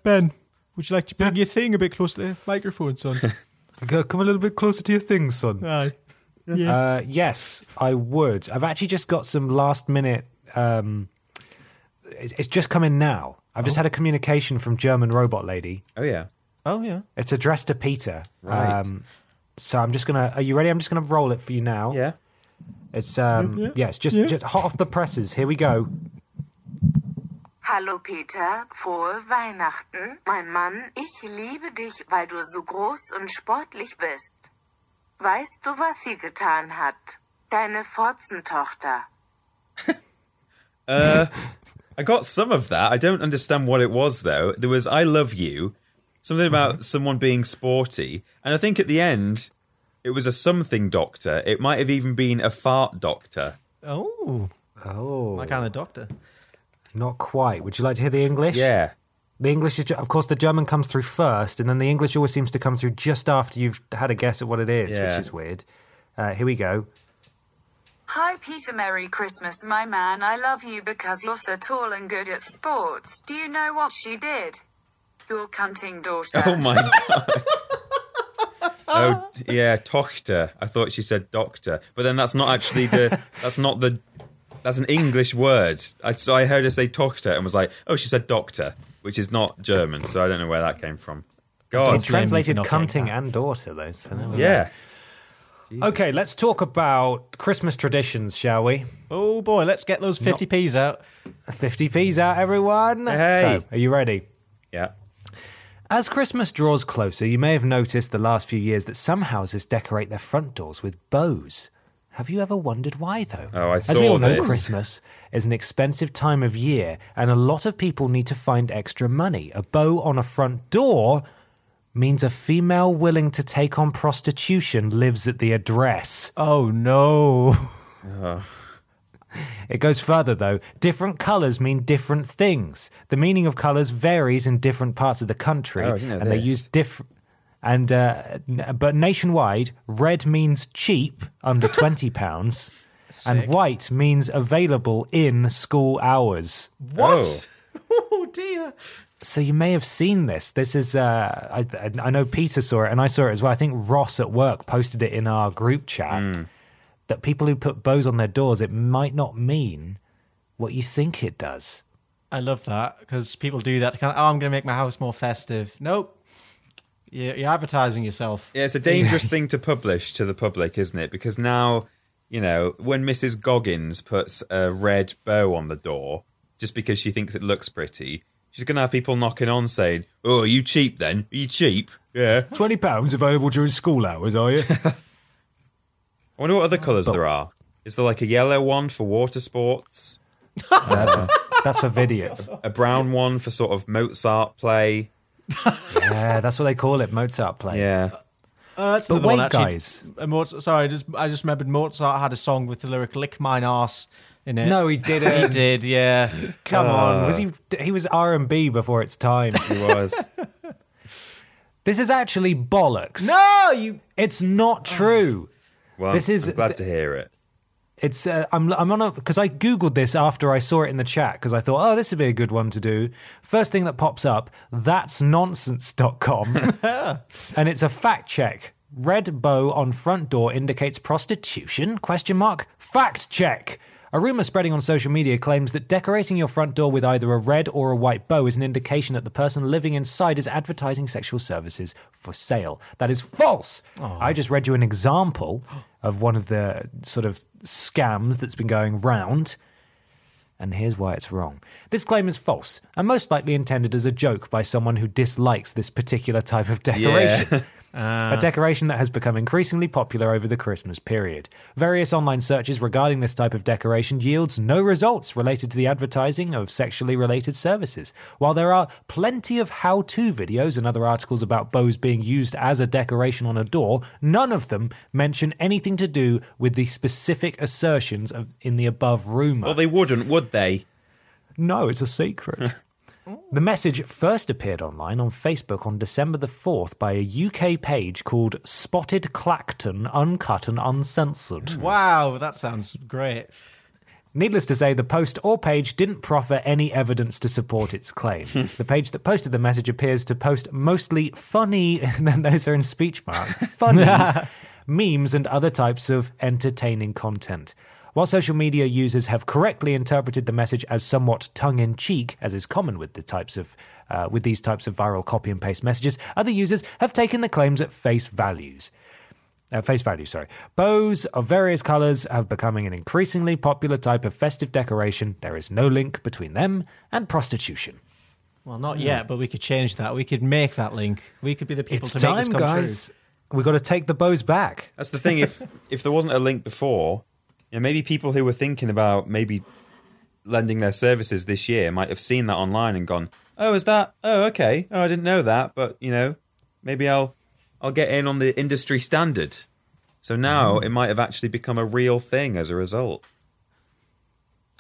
ben, would you like to bring your thing a bit closer to the microphone, [LAUGHS] son? come a little bit closer to your thing, son. Uh, yes, I would. I've actually just got some last minute. Um, it's, it's just come in now. I've just had a communication from German robot lady. oh yeah oh, yeah. It's addressed to Peter. Right. Um, so I'm just gonna. Are you ready? I'm just gonna roll it for you now. yeah It's um. Yeah. it's just just hot off the presses. Here we go. Hallo Peter, frohe Weihnachten. Mein Mann, ich liebe dich, weil du so groß und sportlich bist. Weißt du, was sie getan hat? Deine Fotzentochter. I got some of that. I don't understand what it was though. There was "I love you," something about someone being sporty, and I think at the end it was a something doctor. It might have even been a fart doctor. Oh, Oh, my kind of doctor. not quite. Would you like to hear the English? Yeah, The English is, ju- of course, the German comes through first, and then the English always seems to come through just after you've had a guess at what it is, Yeah. which is weird. Uh, here we go. Hi Peter, Merry Christmas, my man. I love you because you're so tall and good at sports. Do you know what she did? Your cunting daughter. Oh my [LAUGHS] god. oh yeah, Tochter. I thought she said doctor, but then that's not actually the. That's not the. That's an English word. I so I heard her say Tochter and was like, oh, she said doctor, which is not German. So I don't know where that came from. God, It translated not getting cunting that. and daughter, though. So there we go. yeah. Okay, let's talk about Christmas traditions, shall we? Oh, boy, let's get those 50p's out. 50p's out, everyone. Hey. So, are you ready? Yeah. As Christmas draws closer, you may have noticed the last few years that some houses decorate their front doors with bows. Have you ever wondered why, though? Oh, I As we saw all know, this. Christmas is an expensive time of year, and a lot of people need to find extra money. A bow on a front door means a female willing to take on prostitution lives at the address. Oh, no. [LAUGHS] It goes further, though. Different colours mean different things. The meaning of colours varies in different parts of the country, Oh, I didn't know and they this. use different. And uh, n- but nationwide, red means cheap under twenty pounds, and white means available in school hours. What? oh dear. So you may have seen this. This is uh, I, I know Peter saw it and I saw it as well. I think Ross at work posted it in our group chat that people who put bows on their doors it might not mean what you think it does. I love that because people do that. Kind of, oh, I'm going to make my house more festive. Nope. You're, you're advertising yourself. Yeah, it's a dangerous thing to publish to the public, isn't it? Because now, you know, when Mrs. Goggins puts a red bow on the door just because she thinks it looks pretty, she's going to have people knocking on saying, "Oh, are you cheap then? Are you cheap? Yeah." Twenty pounds available during school hours, are you? I wonder what other colours there are. Is there like a yellow one for water sports? that's, for, [LAUGHS] that's for videos. A brown one for sort of Mozart play? Yeah, that's what they call it, Mozart play. Yeah. Uh, that's But another one, wait, actually. guys. Uh, Mozart, sorry, I just, I just remembered Mozart had a song with the lyric "Lick mine ass" in it. No, he didn't. [LAUGHS] [LAUGHS] he did. Yeah. Come on, was he? He was R and B before its time. [LAUGHS] It was. This is actually bollocks. No, you. it's not true. Well, This is- I'm glad to hear it. It's uh, I'm I'm on a because I googled this after I saw it in the chat because I thought oh this would be a good one to do. First thing that pops up that's nonsense.com and it's a fact check. Red bow on front door indicates prostitution? Question mark. Fact check. A rumor spreading on social media claims that decorating your front door with either a red or a white bow is an indication that the person living inside is advertising sexual services for sale. That is false. I just read you an example of one of the sort of scams that's been going round. And here's why it's wrong. This claim is false and most likely intended as a joke by someone who dislikes this particular type of decoration. [LAUGHS] a decoration that has become increasingly popular over the Christmas period. Various online searches regarding this type of decoration yields no results related to the advertising of sexually related services. While there are plenty of how-to videos and other articles about bows being used as a decoration on a door, none of them mention anything to do with the specific assertions of, in the above rumor. Well, they wouldn't, would they? No, it's a secret. the message first appeared online on Facebook on December the 4th by a UK page called Spotted Clacton Uncut and Uncensored. Wow, that sounds great. Needless to say, the post or page didn't proffer any evidence to support its claim. the page that posted the message appears to post mostly funny, [LAUGHS] and then those are in speech marks, funny memes and other types of entertaining content. While social media users have correctly interpreted the message as somewhat tongue-in-cheek, as is common with the types of uh, with these types of viral copy and paste messages, other users have taken the claims at face values uh, face value, sorry. Bows of various colours have becoming an increasingly popular type of festive decoration. There is no link between them and prostitution. Well, not yet, but we could change that. We could make that link. We could be the people it's to make time, this come guys. We got to take the bows back. That's the thing. If if there wasn't a link before, you know, maybe people who were thinking about maybe lending their services this year might have seen that online and gone, "Oh, is that? Oh, okay. Oh, I didn't know that, but you know, maybe I'll I'll get in on the industry standard." So now it might have actually become a real thing as a result. true.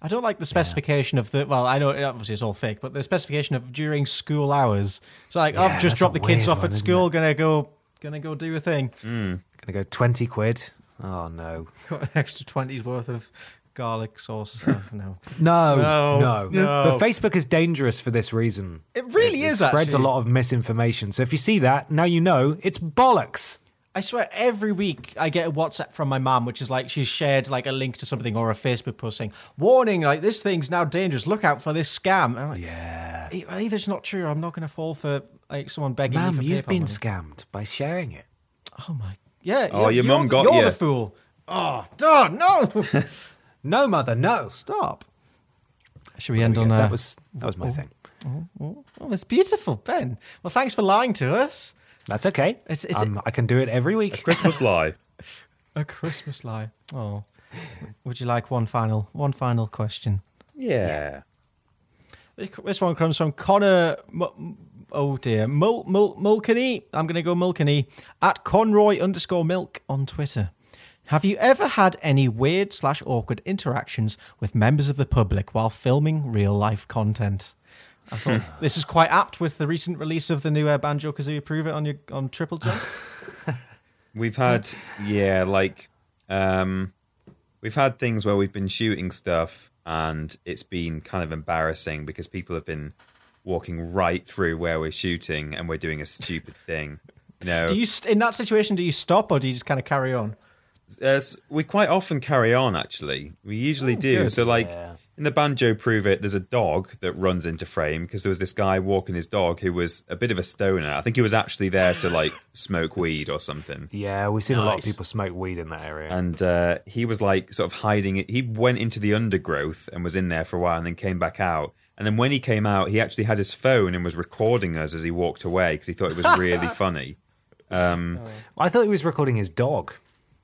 I don't like the specification of the. Well, I know obviously it's all fake, but the specification of during school hours. It's like I've that's just a dropped the kids weird off one, at isn't school. Gonna go, gonna go do a thing. [LAUGHS] Gonna go twenty quid. Oh no, Got an extra twenties worth of garlic sauce. [LAUGHS] Oh, no, no, No, no. no. But Facebook is dangerous for this reason. it really is. Spreads a actually. lot of misinformation. So if you see that, now you know it's bollocks. I swear every week I get a WhatsApp from my mum, which is like she's shared like a link to something or a Facebook post saying, "Warning, like this thing's now dangerous. Look out for this scam." And I'm like, yeah, e, either it's not true, or I'm not going to fall for like someone begging me Ma'am, for you've PayPal been money. scammed by sharing it. Oh my, yeah. Oh, you're- your mum you're- got You're you. the fool. Oh, God, [LAUGHS] no! No, mother, no. Stop. Should we end on That was that was my thing. Oh, it's beautiful, Ben. Well, thanks for lying to us. That's okay. It's- it's- um, I can do it every week. Christmas lie. A Christmas lie. Oh, would you like one final, one final question? Yeah. This one comes from Connor. Mu- M- oh dear, Mul, Mul, Mulcaney. I'm going to go Mulcaney at Conroy underscore Milk on Twitter. Have you ever had any weird slash awkward interactions with members of the public while filming real life content? I thought this is quite apt with the recent release of the new uh, Banjo Kazooie Prove It on your on Triple Jump. We've had yeah, like um We've had things where we've been shooting stuff and it's been kind of embarrassing because people have been walking right through where we're shooting and we're doing a stupid thing. You know, Do you st- in that situation? Do you stop or do you just kind of carry on? Uh, s- we quite often carry on, actually. We usually Oh, do. good. So, like in the banjo prove it, there's a dog that runs into frame because there was this guy walking his dog who was a bit of a stoner. I think he was actually there to like smoke weed or something. Yeah, we've seen a lot of Nice. people smoke weed in that area. And uh, he was like sort of hiding it. He went into the undergrowth and was in there for a while and then came back out. And then when he came out, he actually had his phone and was recording us as he walked away because he thought it was really funny. Um, I thought he was recording his dog.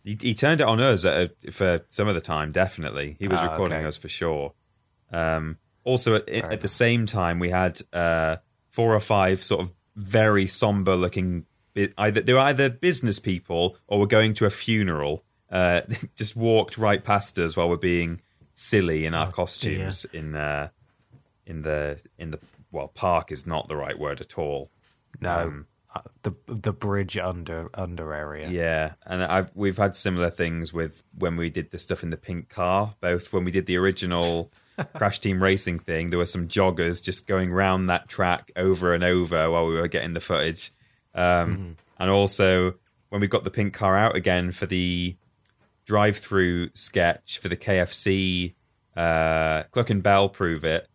He, he turned it on us at a, for some of the time, definitely. He was Ah, recording okay. us for sure. Um, also, at, at the same time, we had uh, four or five sort of very somber looking. bi- Either they were either business people or were going to a funeral. Uh, [LAUGHS] just walked right past us while we're being silly in our Oh, costumes in uh, in the in the well park is not the right word at all. No, uh, the the bridge under under area. Yeah, and I've we've had similar things with when we did the stuff in the pink car. Both when we did the original Crash Team Racing thing, there were some joggers just going round that track over and over while we were getting the footage. Um, And also when we got the pink car out again for the drive-through sketch for the KFC uh, Cluck and Bell prove it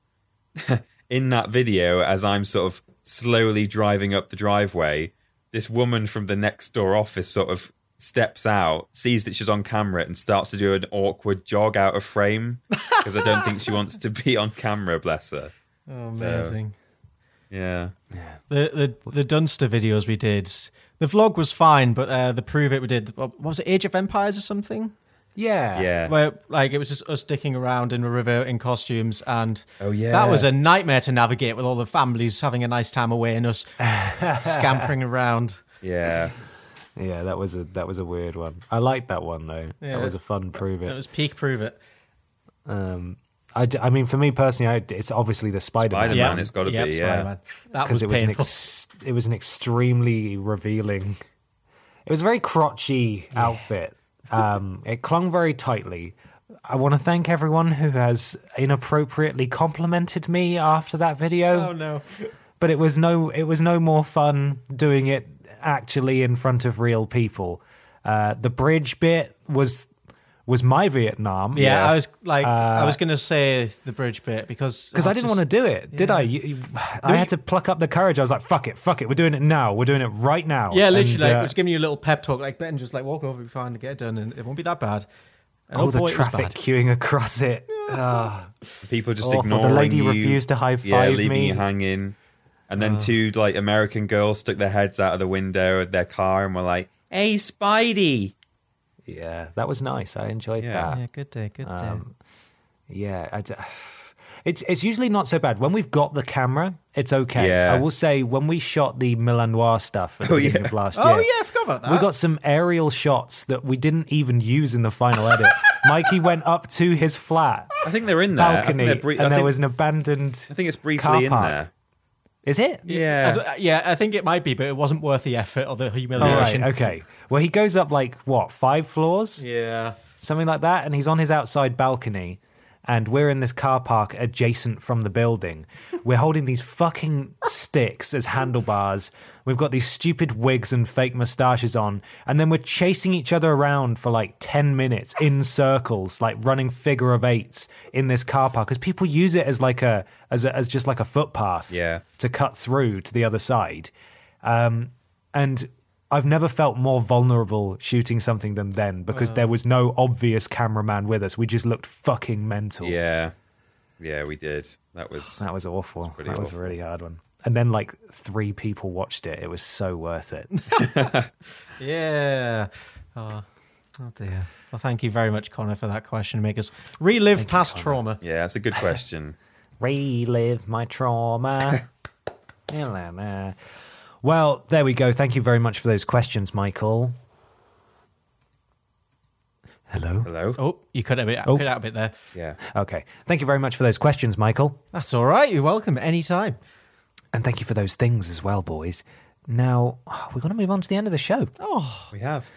in that video as I'm sort of slowly driving up the driveway, this woman from the next door office sort of steps out, sees that she's on camera, and starts to do an awkward jog out of frame because I don't think she wants to be on camera. Bless her. Oh, So, amazing. yeah. The the the Dunster videos we did. The vlog was fine, but uh, the prove it we did. What was it Age of Empires or something? Yeah. Yeah. Where like it was just us dicking around in a river in costumes, and Oh, yeah. that was a nightmare to navigate with all the families having a nice time away and us scampering around. Yeah. yeah, that was a that was a weird one. I liked that one though. Yeah. That was a fun prove it. It was peak prove it. um, I, d- I mean, for me personally, I, it's obviously the Spider Man. Spider-Man, Yeah. it's gotta Yep, be, yeah. Spider-Man. That because was it was an painful. ex- it was an extremely revealing. It was a very crotchy outfit. Um, it clung very tightly. I want to thank everyone who has inappropriately complimented me after that video. [LAUGHS] Oh no. but it was no it was no more fun doing it actually in front of real people. Uh, the bridge bit was was my Vietnam. Yeah, I was like, I was gonna say the bridge bit because because I Oh, didn't want to do it, did I? You, you- I had to pluck up the courage. I was like, "Fuck it, fuck it, we're doing it now. We're doing it right now." Yeah, literally, And, like, uh, it was giving you a little pep talk, like Ben, just like walk over, be fine, get it done, and it won't be that bad. And all oh, the boy, it was traffic bad. queuing across [LAUGHS] it. Ah. People just Awful. ignoring The lady you. refused to high yeah, five leaving me. Ah. you hanging. And then two like American girls stuck their heads out of the window of their car and were like, "Hey, Spidey!" Yeah, that was nice. I enjoyed that. Yeah, good day, good day. Um, yeah, I d- [SIGHS] it's it's usually not so bad when we've got the camera. It's okay. Yeah. I will say when we shot the Milan Noir stuff at the [LAUGHS] Oh, beginning yeah. of last year, oh yeah, I forgot about that. we got some aerial shots that we didn't even use in the final [LAUGHS] edit. Mikey went up to his flat I think they're in there. I think balcony, they're bri- I and there think- was an abandoned. I think it's car briefly in park. there. Is it? Yeah. I d- yeah, uh, I think it might be, but it wasn't worth the effort or the All right. humiliation. Okay. Well, he goes up like what five floors? Yeah. something like that. And he's on his outside balcony, and we're in this car park adjacent from the building. We're holding these fucking sticks as handlebars. We've got these stupid wigs and fake mustaches on, and then we're chasing each other around for like 10 minutes in circles, like running figure of eights in this car park because people use it as like a as a, as just like a footpath Yeah. to cut through to the other side. Um, and I've never felt more vulnerable shooting something than then because there was no obvious cameraman with us. We just looked fucking mental. Yeah, yeah, we did. That was That was awful. pretty that was a awful. really hard one. And then like three people watched it. It was so worth [LAUGHS] it. Yeah. Oh, oh dear. Well, thank you very much, Connor, for that question. Make us relive past trauma. yeah. That's a good question. Relive my trauma. [LAUGHS] Helena. well, there we go. Thank you very much for those questions, Michael. Hello. Hello. Oh, you cut a bit, Oh. cut out a bit there. Yeah. Okay. Thank you very much for those questions, Michael. That's all right. You're welcome anytime. And thank you for those things as well, boys. Now, we're going to move on Oh. to the end of the show. We have.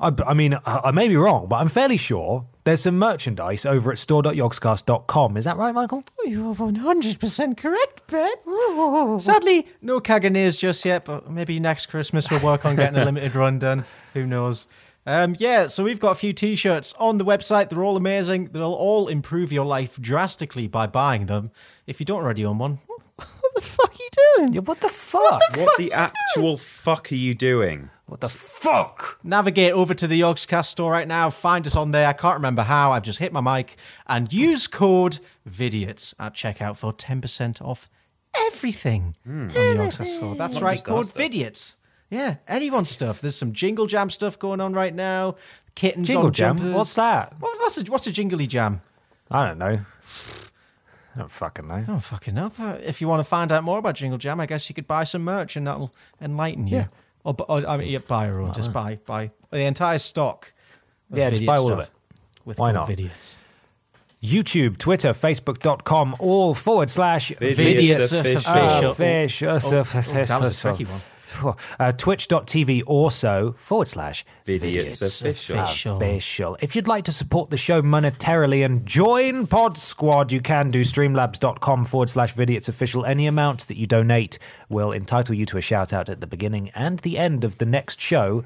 I, I mean, I, I may be wrong, but I'm fairly sure There's some merchandise over at store.yogscast.com. Is that right, Michael? Oh, You are 100% correct, Ben. Sadly, no Kaganeers just yet, but maybe next Christmas we'll work on getting a limited run done. Who knows? Um, yeah, so we've got a few t shirts on the website. They're all amazing. They'll all improve your life drastically by buying them. If you don't already own one, what the fuck are you doing? what the fuck? What the actual fuck are you doing? What the fuck? Navigate over to the Yogscast store right now. Find us on there. I can't remember how. I've just hit my mic. And use code VIDIOTS at checkout for 10% off everything Hmm. on the Yogscast store. That's right, code VIDIOTS. Yeah, anyone's stuff. There's some Jingle Jam stuff going on right now. Kittens Jingle on jam? jumpers. What's that? What, what's, a, what's a jingly jam? I don't know. I don't fucking know. Oh, fucking up. If you want to find out more about Jingle Jam, I guess you could buy some merch and that'll enlighten you. Or, bu- or I mean, yeah, buy your own. Just buy, buy the entire stock. of Yeah, just Vidiot buy all of stuff it. With Why code not? Vidiots. YouTube, Twitter, Facebook.com, all forward slash Vidiots official. Oh, fish. that was a tricky one. [LAUGHS] Uh, Twitch.tv also forward slash Vidiots official. official. If you'd like to support the show monetarily and join Pod Squad, you can do streamlabs.com forward slash vidiots official. Any amount that you donate will entitle you to a shout out at the beginning and the end of the next show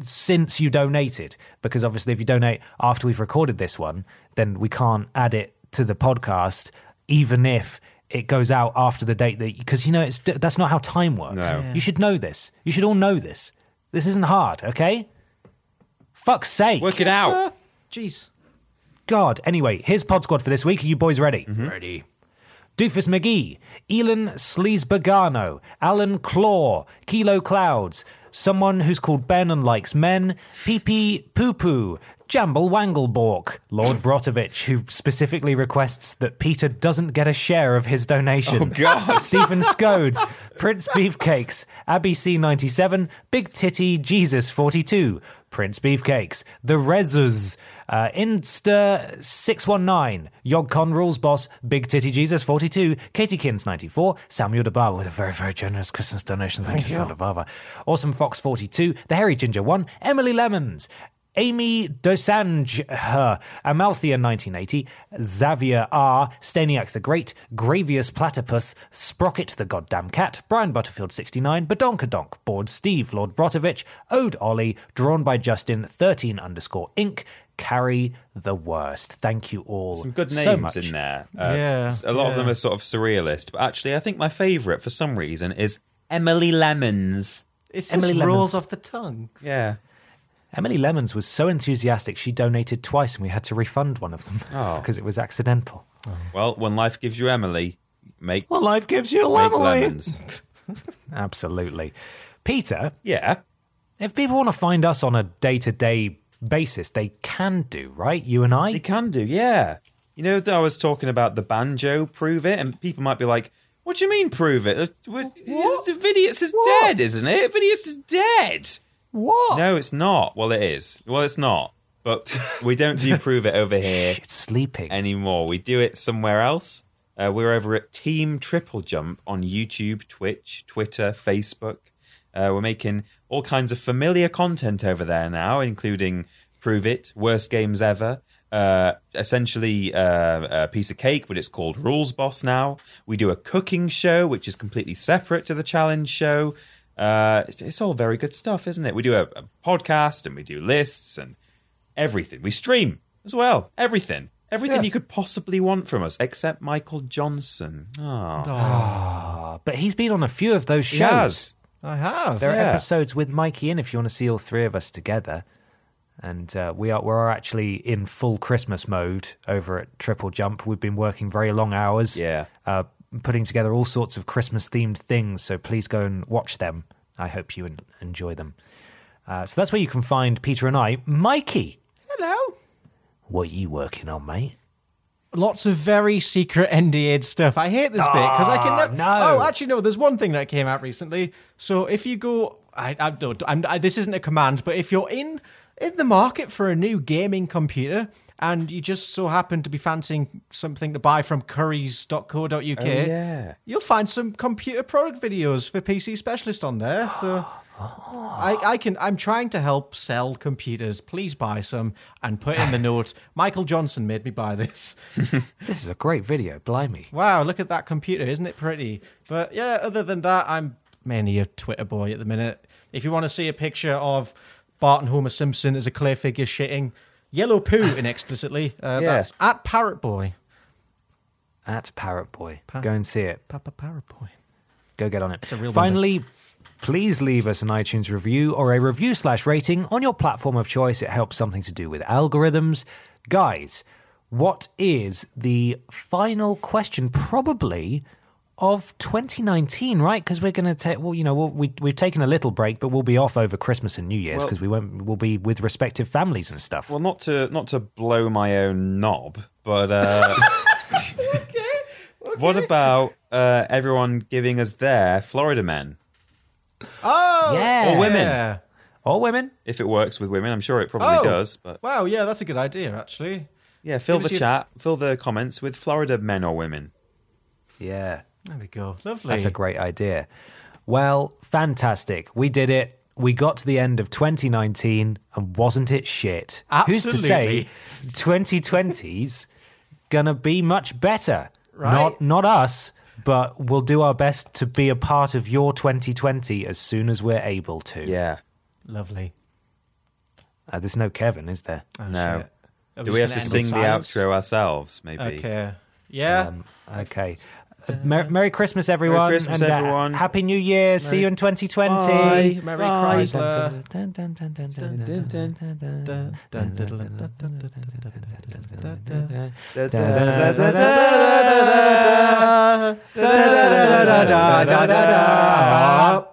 since you donated. Because obviously, if you donate after we've recorded this one, then we can't add it to the podcast, even if. It goes out after the date that because you know it's that's not how time works. No. You should know this. You should all know this. This isn't hard, okay? Fuck's sake. Work it out. Jeez. God. Anyway, here's Pod Squad for this week. Are you boys ready? Ready. Doofus McGee, Elon Sleesbergano, Alan Claw, Kilo Clouds, someone who's called Ben and likes men, Pee Pee Poo Poo, Jamble Wanglebork, Lord Brotovich, who specifically requests that Peter doesn't get a share of his donation. Oh, [LAUGHS] Stephen Scodes, Prince Beefcakes, Abby C97, Big Titty Jesus 42, Prince Beefcakes, The Rezus, uh, Insta 619, Yogcon Rules Boss, Big Titty Jesus 42, Katie Kins 94, Samuel DeBarber with a very, very generous Christmas donation. Thank, you, Samuel DeBarber. Awesome Fox 42, The Hairy Ginger 1, Emily Lemons, Amy Dosange, her, Amalthea 1980, Xavier R, Staniak the Great, Gravius Platypus, Sprocket the Goddamn Cat, Brian Butterfield 69, Badonkadonk, Bored Steve, Lord Brotovich, Ode Ollie, drawn by Justin 13 underscore Inc, Carry the Worst. Thank you all Some good names so much. in there. Uh, Yeah, s- A lot of them yeah. are sort of surrealist. But actually, I think my favourite, for some reason, is Emily Lemons. It's Emily just Lemons. rolls off the tongue. Yeah. Emily Lemons was so enthusiastic she donated twice and we had to refund one of them Oh. [LAUGHS] because it was accidental. Well, when life gives you Emily, make, Well, life gives you make lemons. lemons. Absolutely. Peter, Yeah. if people want to find us on a day to day basis, they can do, right? You and I? They can do, yeah. You know, I was talking about the banjo, prove it, and people might be like, what do you mean, prove it? What? Vidiots is dead, isn't it? Vidiots is dead. What? No, it's not. Well, it is. Well, it's not. But [LAUGHS] we don't do prove it over [LAUGHS] here Shh, it's sleeping. anymore. We do it somewhere else. Uh, we're over at Team Triple Jump on YouTube, Twitch, Twitter, Facebook. Uh, we're making all kinds of familiar content over there now, including Prove It, Worst Games Ever, uh, essentially uh, a piece of cake, but it's called Rules Boss now. We do a cooking show, which is completely separate to the challenge show. Uh, it's, it's all very good stuff, isn't it? We do a, a podcast and we do lists and everything. We stream as well. Everything. Everything you could possibly want from us, except Michael Johnson. Oh, Ah, But he's been on a few of those he shows. has. I have. There are Yeah. episodes with Mikey in if you want to see all three of us together. And uh, we are we're actually in full Christmas mode over at Triple Jump. We've been working very long hours. Yeah. Uh, putting together all sorts of Christmas themed things. So please go and watch them. I hope you en- enjoy them. Uh, so that's where you can find Peter and I. Mikey, Hello. what are you working on, mate? Lots of very secret NDA stuff. I hate this bit because I can Ah, never. no. Oh, actually, no. There's one thing that came out recently. So if you go, I, I don't. I'm, I, this isn't a command, but if you're in in the market for a new gaming computer and you just so happen to be fancying something to buy from Currys.co.uk, yeah. Oh, Eh? you'll find some computer product videos for PC Specialist on there. So I, I can. I'm trying to help sell computers. Please buy some and [LAUGHS] put in the note. Michael Johnson made me buy this. This is a great video, blimey. Wow, look at that computer. Isn't it pretty? But yeah, other than that, I'm mainly a Twitter boy at the minute. If you want to see a picture of Bart and Homer Simpson as a clay figure shitting yellow poo inexplicitly, uh, Yeah. that's at Parrot Boy. At Parrot Boy. Go and see it. Papa Parrot Boy. Go get on it. It's a real wonder. Finally, please leave us an iTunes review or a review slash rating on your platform of choice. It helps something to do with algorithms. Guys, what is the final question? Probably of 2019, right? Because we're going to take, well, you know, we'll, we, we've taken a little break, but we'll be off over Christmas and New Year's Well- because we won't, we'll be with respective families and stuff. Well, not to not to blow my own knob, but uh, [LAUGHS] what about uh, everyone giving us their Florida men Oh, yeah. or women? yeah. Or women. If it works with women, I'm sure it probably Oh. does. But Wow, yeah, that's a good idea actually. yeah, fill Give the us your- chat, fill the comments with Florida men or women. Yeah. There we go. Lovely. That's a great idea. Well, fantastic. We did it. We got to the end of 2019, and wasn't it shit? Who's to say Absolutely. 2020's gonna be much better? Right. Not not us, but we'll do our best to be a part of your 2020 as soon as we're able to. Yeah, Lovely. Uh, there's no Kevin, is there? no. Oh, shit. Are Do just we have gonna to end sing with the silence? outro ourselves? Maybe. Okay. Yeah. Okay. Uh, Mer- Merry Christmas, everyone. Christmas, and, uh, everyone. Happy New Year. See you in 2020. Bye. Merry Bye. Chrysler. Dun, dun, dun, dun, dun, dun, dun, dun, dun. Dun, dun, diddle, dun, dun, dun, dun, dun, dun, dun, dun, dun, dun. Da, da, da, da, da. Da, da, da, da, da, da, da, da, da, da.